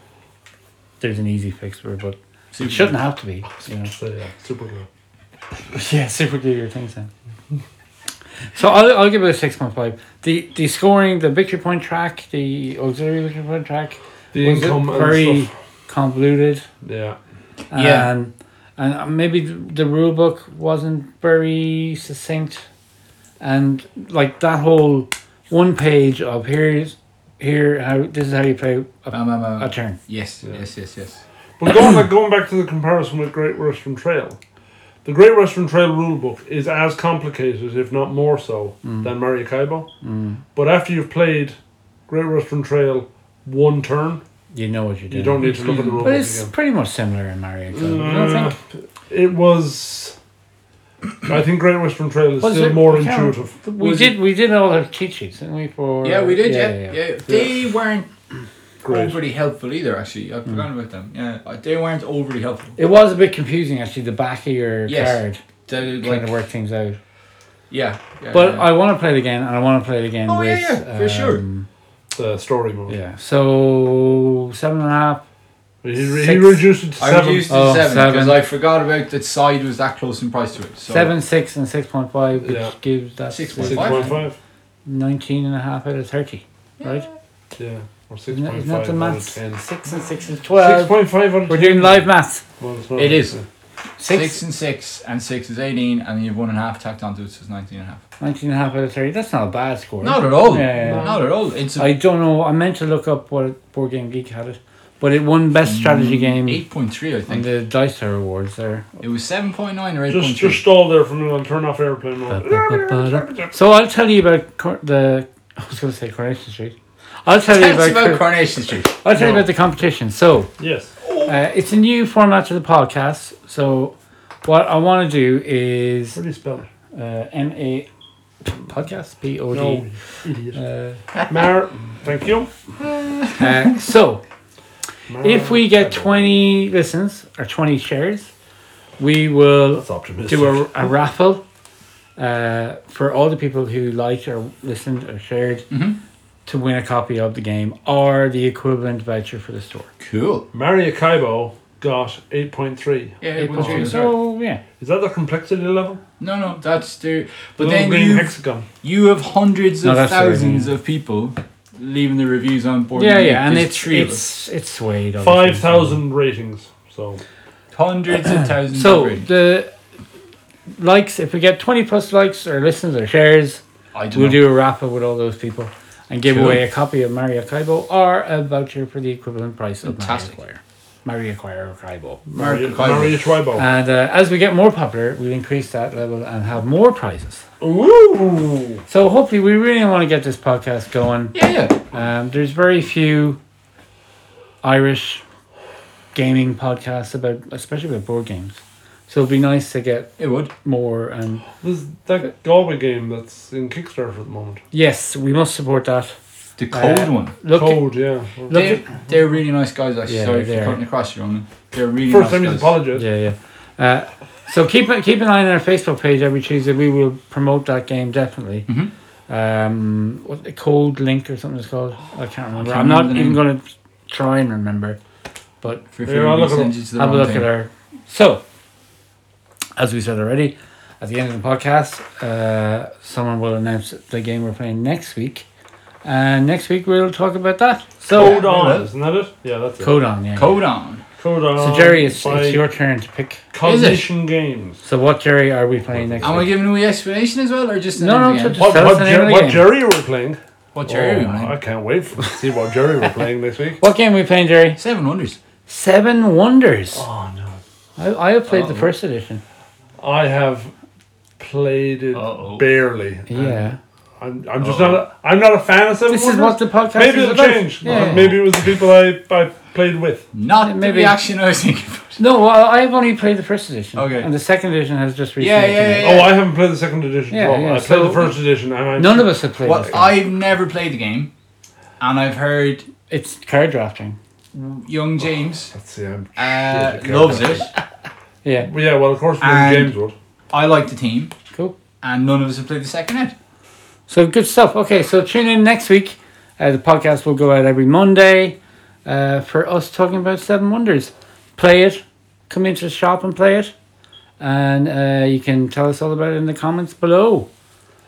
Speaker 1: there's an easy fix for it, but it shouldn't have to be. You know?
Speaker 3: So, yeah. Super good.
Speaker 1: yeah, super glue your things in. So I'll, I'll give it a six point five. The the scoring, the victory point track, the auxiliary victory point track,
Speaker 3: The
Speaker 1: was
Speaker 3: income and
Speaker 1: very
Speaker 3: stuff.
Speaker 1: convoluted.
Speaker 3: Yeah.
Speaker 2: Yeah.
Speaker 1: Um, and maybe th- the rule book wasn't very succinct, and like that whole one page of here's here how this is how you play a,
Speaker 2: Um, um, um,
Speaker 1: a turn.
Speaker 2: yes,
Speaker 3: Yeah.
Speaker 2: yes, yes, yes.
Speaker 3: But going back, going back to the comparison with Great Western Trail, the Great Western Trail rulebook is as complicated, if not more so,
Speaker 1: Mm.
Speaker 3: than Maracaibo. But after you've played Great Western Trail one turn,
Speaker 1: You know what you're doing.
Speaker 3: you don't need to look at the
Speaker 2: But
Speaker 3: rulebook
Speaker 1: But it's
Speaker 3: again. Mm.
Speaker 1: pretty much similar in Mario. Kart, I don't think.
Speaker 3: uh, It was. I think Great Western Trail is
Speaker 1: Was
Speaker 3: still
Speaker 1: it-
Speaker 3: more
Speaker 1: I can't-
Speaker 3: intuitive.
Speaker 1: We
Speaker 2: Was
Speaker 1: did. We did all our cheat sheets, didn't we? For
Speaker 2: Yeah, we did. Yeah, yeah. They weren't
Speaker 3: Great.
Speaker 2: overly helpful either. Actually, I forgot about them. Yeah, uh, they weren't overly helpful.
Speaker 1: It was a bit confusing, actually, the back of your
Speaker 2: Yes.
Speaker 1: card
Speaker 2: They,
Speaker 1: trying
Speaker 2: like,
Speaker 1: to work things out.
Speaker 2: yeah, yeah,
Speaker 1: But
Speaker 2: yeah.
Speaker 3: Uh,
Speaker 1: I want to play it again, and I want to play it again.
Speaker 2: Oh, yeah,
Speaker 1: with,
Speaker 2: yeah, for sure.
Speaker 1: um,
Speaker 3: The uh, story mode.
Speaker 1: Yeah. So seven and a half.
Speaker 3: He, re- he
Speaker 1: Six.
Speaker 3: reduced it to
Speaker 2: I
Speaker 3: seven.
Speaker 2: reduced to
Speaker 1: Oh,
Speaker 2: seven because
Speaker 1: seven.
Speaker 2: I forgot about that side was that close in price to it. So
Speaker 1: seven, six, and six point five, which
Speaker 3: Yeah.
Speaker 1: gives that
Speaker 2: 6.5.
Speaker 3: Six point five.
Speaker 1: 19 and a half out of thirty, right?
Speaker 3: Yeah. Or six
Speaker 1: Isn't that-
Speaker 3: point
Speaker 1: isn't that
Speaker 3: five
Speaker 1: the
Speaker 3: out of
Speaker 1: maths?
Speaker 3: ten.
Speaker 1: Six and six is
Speaker 3: Six
Speaker 1: twelve.
Speaker 3: point five out of
Speaker 1: We're
Speaker 3: 10.
Speaker 1: doing live maths.
Speaker 3: Well, it's not.
Speaker 2: It is.
Speaker 1: Six,
Speaker 2: six. and six, and six is eighteen, and then you've one and a half tacked onto it, so it's nineteen and a half.
Speaker 1: 19 and a half out of thirty. That's not a bad score.
Speaker 2: Not at all.
Speaker 1: Yeah, yeah, yeah.
Speaker 2: Not at all. It's a
Speaker 1: I don't know. I meant to look up what Board Game Geek had it, but it won best strategy
Speaker 3: Mm,
Speaker 1: game
Speaker 2: eight point three, I
Speaker 1: on
Speaker 2: think.
Speaker 1: the Dice Tower Awards there.
Speaker 2: It was seven point nine or eight
Speaker 3: Just
Speaker 2: point
Speaker 3: just
Speaker 2: three.
Speaker 3: stall there for a minute. I'll turn off airplane
Speaker 1: Uh,
Speaker 3: mode.
Speaker 1: Ba-ba-ba-da. So I'll tell you about cor- the. I was going to say Coronation Street. I'll tell you
Speaker 2: That's
Speaker 1: about.
Speaker 2: about
Speaker 1: Cor-
Speaker 2: Coronation Street.
Speaker 1: I'll tell you
Speaker 3: No.
Speaker 1: about the competition. So
Speaker 3: Yes.
Speaker 1: uh, it's a new format to the podcast. So what I want to do is
Speaker 3: How do you spell it?
Speaker 1: uh, M A podcast P O
Speaker 3: No,
Speaker 1: D.
Speaker 3: you idiot.
Speaker 1: Uh,
Speaker 3: Mar. Thank you.
Speaker 1: uh, So
Speaker 3: Mar-
Speaker 1: if we get twenty listens or twenty shares, we will
Speaker 3: That's optimistic.
Speaker 1: do a, a raffle uh, for all the people who liked or listened or shared
Speaker 2: Mm-hmm.
Speaker 1: to win a copy of the game or the equivalent voucher for the store.
Speaker 2: Cool.
Speaker 3: Maracaibo got eight point three.
Speaker 2: Yeah, eight point three. Sorry.
Speaker 1: so yeah,
Speaker 3: Is that the complexity level?
Speaker 2: No, no, that's the. But
Speaker 3: Little
Speaker 2: then
Speaker 3: green
Speaker 2: you
Speaker 3: hexagon.
Speaker 2: you have hundreds
Speaker 1: No,
Speaker 2: of
Speaker 1: that's the other
Speaker 2: thousands
Speaker 1: thing.
Speaker 2: of people leaving the reviews on board.
Speaker 1: yeah, yeah, and
Speaker 2: There's
Speaker 1: it's
Speaker 2: three of us.
Speaker 1: it's it's swayed obviously.
Speaker 3: Five thousand ratings. So
Speaker 2: hundreds of thousands.
Speaker 1: So
Speaker 2: of ratings.
Speaker 1: the likes, if we get twenty plus likes or listens or shares,
Speaker 2: I don't
Speaker 1: we'll
Speaker 2: know.
Speaker 1: do a raffle with all those people, and give
Speaker 2: Cool.
Speaker 1: away a copy of Mario Kaibo or a voucher for the equivalent price of
Speaker 2: Fantastic.
Speaker 1: Mario Kaibo. Mario Kaibo or Kaibo.
Speaker 3: Mario,
Speaker 2: Kaibo.
Speaker 3: Mario Tribo.
Speaker 1: And uh, as we get more popular, we'll increase that level and have more prizes.
Speaker 3: Ooh.
Speaker 1: So hopefully, we really want to get this podcast going.
Speaker 2: Yeah, yeah.
Speaker 1: Um, there's very few Irish gaming podcasts about, especially about board games. So it'd be nice to get
Speaker 2: It would.
Speaker 1: more. And
Speaker 3: There's that Galway game that's in Kickstarter at the moment.
Speaker 1: yes, we must support that.
Speaker 2: The cold
Speaker 1: Uh,
Speaker 2: one.
Speaker 1: Look,
Speaker 3: Cold, yeah.
Speaker 1: look
Speaker 2: They're, they're really nice guys, actually.
Speaker 1: Yeah,
Speaker 2: Sorry if you're
Speaker 1: they're-
Speaker 2: cutting across you on them. They're really
Speaker 3: First
Speaker 2: nice
Speaker 3: time
Speaker 2: guys.
Speaker 3: he's apologized.
Speaker 1: yeah, yeah. Uh, so keep keep an eye on our Facebook page every Tuesday. We will promote that game definitely.
Speaker 2: Mhm.
Speaker 1: Um, what the Cold Link or something it's called. I can't remember.
Speaker 2: can't
Speaker 1: I'm not
Speaker 2: remember the
Speaker 1: even
Speaker 2: name.
Speaker 1: going to try and remember. But
Speaker 2: For
Speaker 3: Yeah,
Speaker 2: fear
Speaker 3: I'll
Speaker 2: we
Speaker 3: look it
Speaker 2: send
Speaker 3: up.
Speaker 2: you to the
Speaker 1: have a
Speaker 2: wrong
Speaker 1: look
Speaker 2: thing.
Speaker 1: at our. So, as we said already, at the end of the podcast, uh, someone will announce the game we're playing next week, and next week we'll talk about that. So,
Speaker 3: Code on,
Speaker 2: that's-
Speaker 3: isn't that it? Yeah, that's it.
Speaker 1: Code on, yeah.
Speaker 2: Code on.
Speaker 3: Code on.
Speaker 1: So Jerry, it's,
Speaker 3: by
Speaker 1: it's your turn to pick.
Speaker 3: Cognition Games.
Speaker 1: So what Jerry are we playing next?
Speaker 2: Am I
Speaker 1: week?
Speaker 2: giving away explanation as well, or just the
Speaker 1: No,
Speaker 2: name
Speaker 1: no,
Speaker 2: again?
Speaker 1: just-
Speaker 3: What,
Speaker 1: tell us
Speaker 3: what,
Speaker 1: the name of
Speaker 3: Jer-
Speaker 1: the
Speaker 3: what
Speaker 1: game.
Speaker 3: Jerry were playing?
Speaker 2: What Jerry?
Speaker 3: Oh, I can't wait for, to see what Jerry were playing this week.
Speaker 1: What game are we playing, Jerry?
Speaker 2: Seven Wonders.
Speaker 1: Seven Wonders.
Speaker 3: Oh no.
Speaker 1: I, I have played the
Speaker 2: Uh-oh.
Speaker 1: first edition.
Speaker 3: I have played it
Speaker 2: Uh-oh.
Speaker 3: barely.
Speaker 1: Yeah.
Speaker 3: I'm, I'm just not. A, I'm not a fan of Seven
Speaker 1: This is
Speaker 3: Wonders.
Speaker 1: what the podcast
Speaker 3: Maybe
Speaker 1: is
Speaker 3: it'll
Speaker 1: about.
Speaker 3: change. Uh,
Speaker 1: Yeah.
Speaker 3: Maybe it was the people I, I played with.
Speaker 2: Not the
Speaker 1: Maybe-
Speaker 2: reaction I was thinking.
Speaker 1: No, well, I've only played the first edition.
Speaker 2: Okay.
Speaker 1: And the second edition has just recently.
Speaker 2: Yeah, yeah,
Speaker 1: come out.
Speaker 2: yeah,
Speaker 3: Oh, I haven't played the second edition.
Speaker 1: Yeah,
Speaker 3: well,
Speaker 1: yeah,
Speaker 3: I played
Speaker 1: so-
Speaker 3: the first edition. And I,
Speaker 1: None of us have played
Speaker 2: Well,
Speaker 1: this game.
Speaker 2: I've never played the game, and I've heard
Speaker 1: It's card drafting.
Speaker 2: young James
Speaker 3: Let's see. I'm,
Speaker 2: uh,
Speaker 3: Shit, I
Speaker 2: loves
Speaker 3: can't-
Speaker 2: it.
Speaker 1: Yeah,
Speaker 3: well, yeah. Well, of course,
Speaker 2: And-
Speaker 3: James would.
Speaker 2: I like the team,
Speaker 1: cool.
Speaker 2: and none of us have played the second ed.
Speaker 1: So good stuff. Okay, so tune in next week. Uh, the podcast will go out every Monday uh, for us talking about Seven Wonders. Play it. Come into the shop and play it. And uh, you can tell us all about it in the comments below.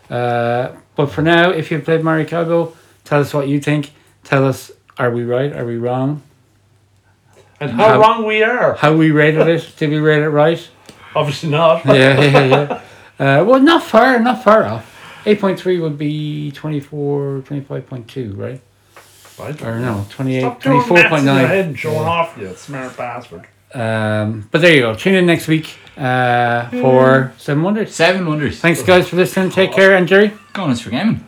Speaker 1: Uh, but for now, if you've played Mario Kart, tell us what you think. Tell us, are we right? Are we wrong?
Speaker 3: And how
Speaker 1: How-
Speaker 3: wrong we are.
Speaker 1: How we rated it? Did we rate it right?
Speaker 3: Obviously not.
Speaker 1: yeah, yeah, yeah. Uh, well, not far, not far off. 8.3 would be 24, 25.2, right?
Speaker 3: I don't-
Speaker 1: Or no, 28,
Speaker 3: Stop doing maths in your
Speaker 1: 24.9.
Speaker 3: head and showing off, you smart bastard.
Speaker 1: Um, but there you go. Tune in next week uh, for Seven Wonders.
Speaker 3: Hmm.
Speaker 2: Seven Wonders.
Speaker 3: Oh.
Speaker 1: Thanks, guys, for listening. Take care, and Jerry.
Speaker 2: Going us for gaming.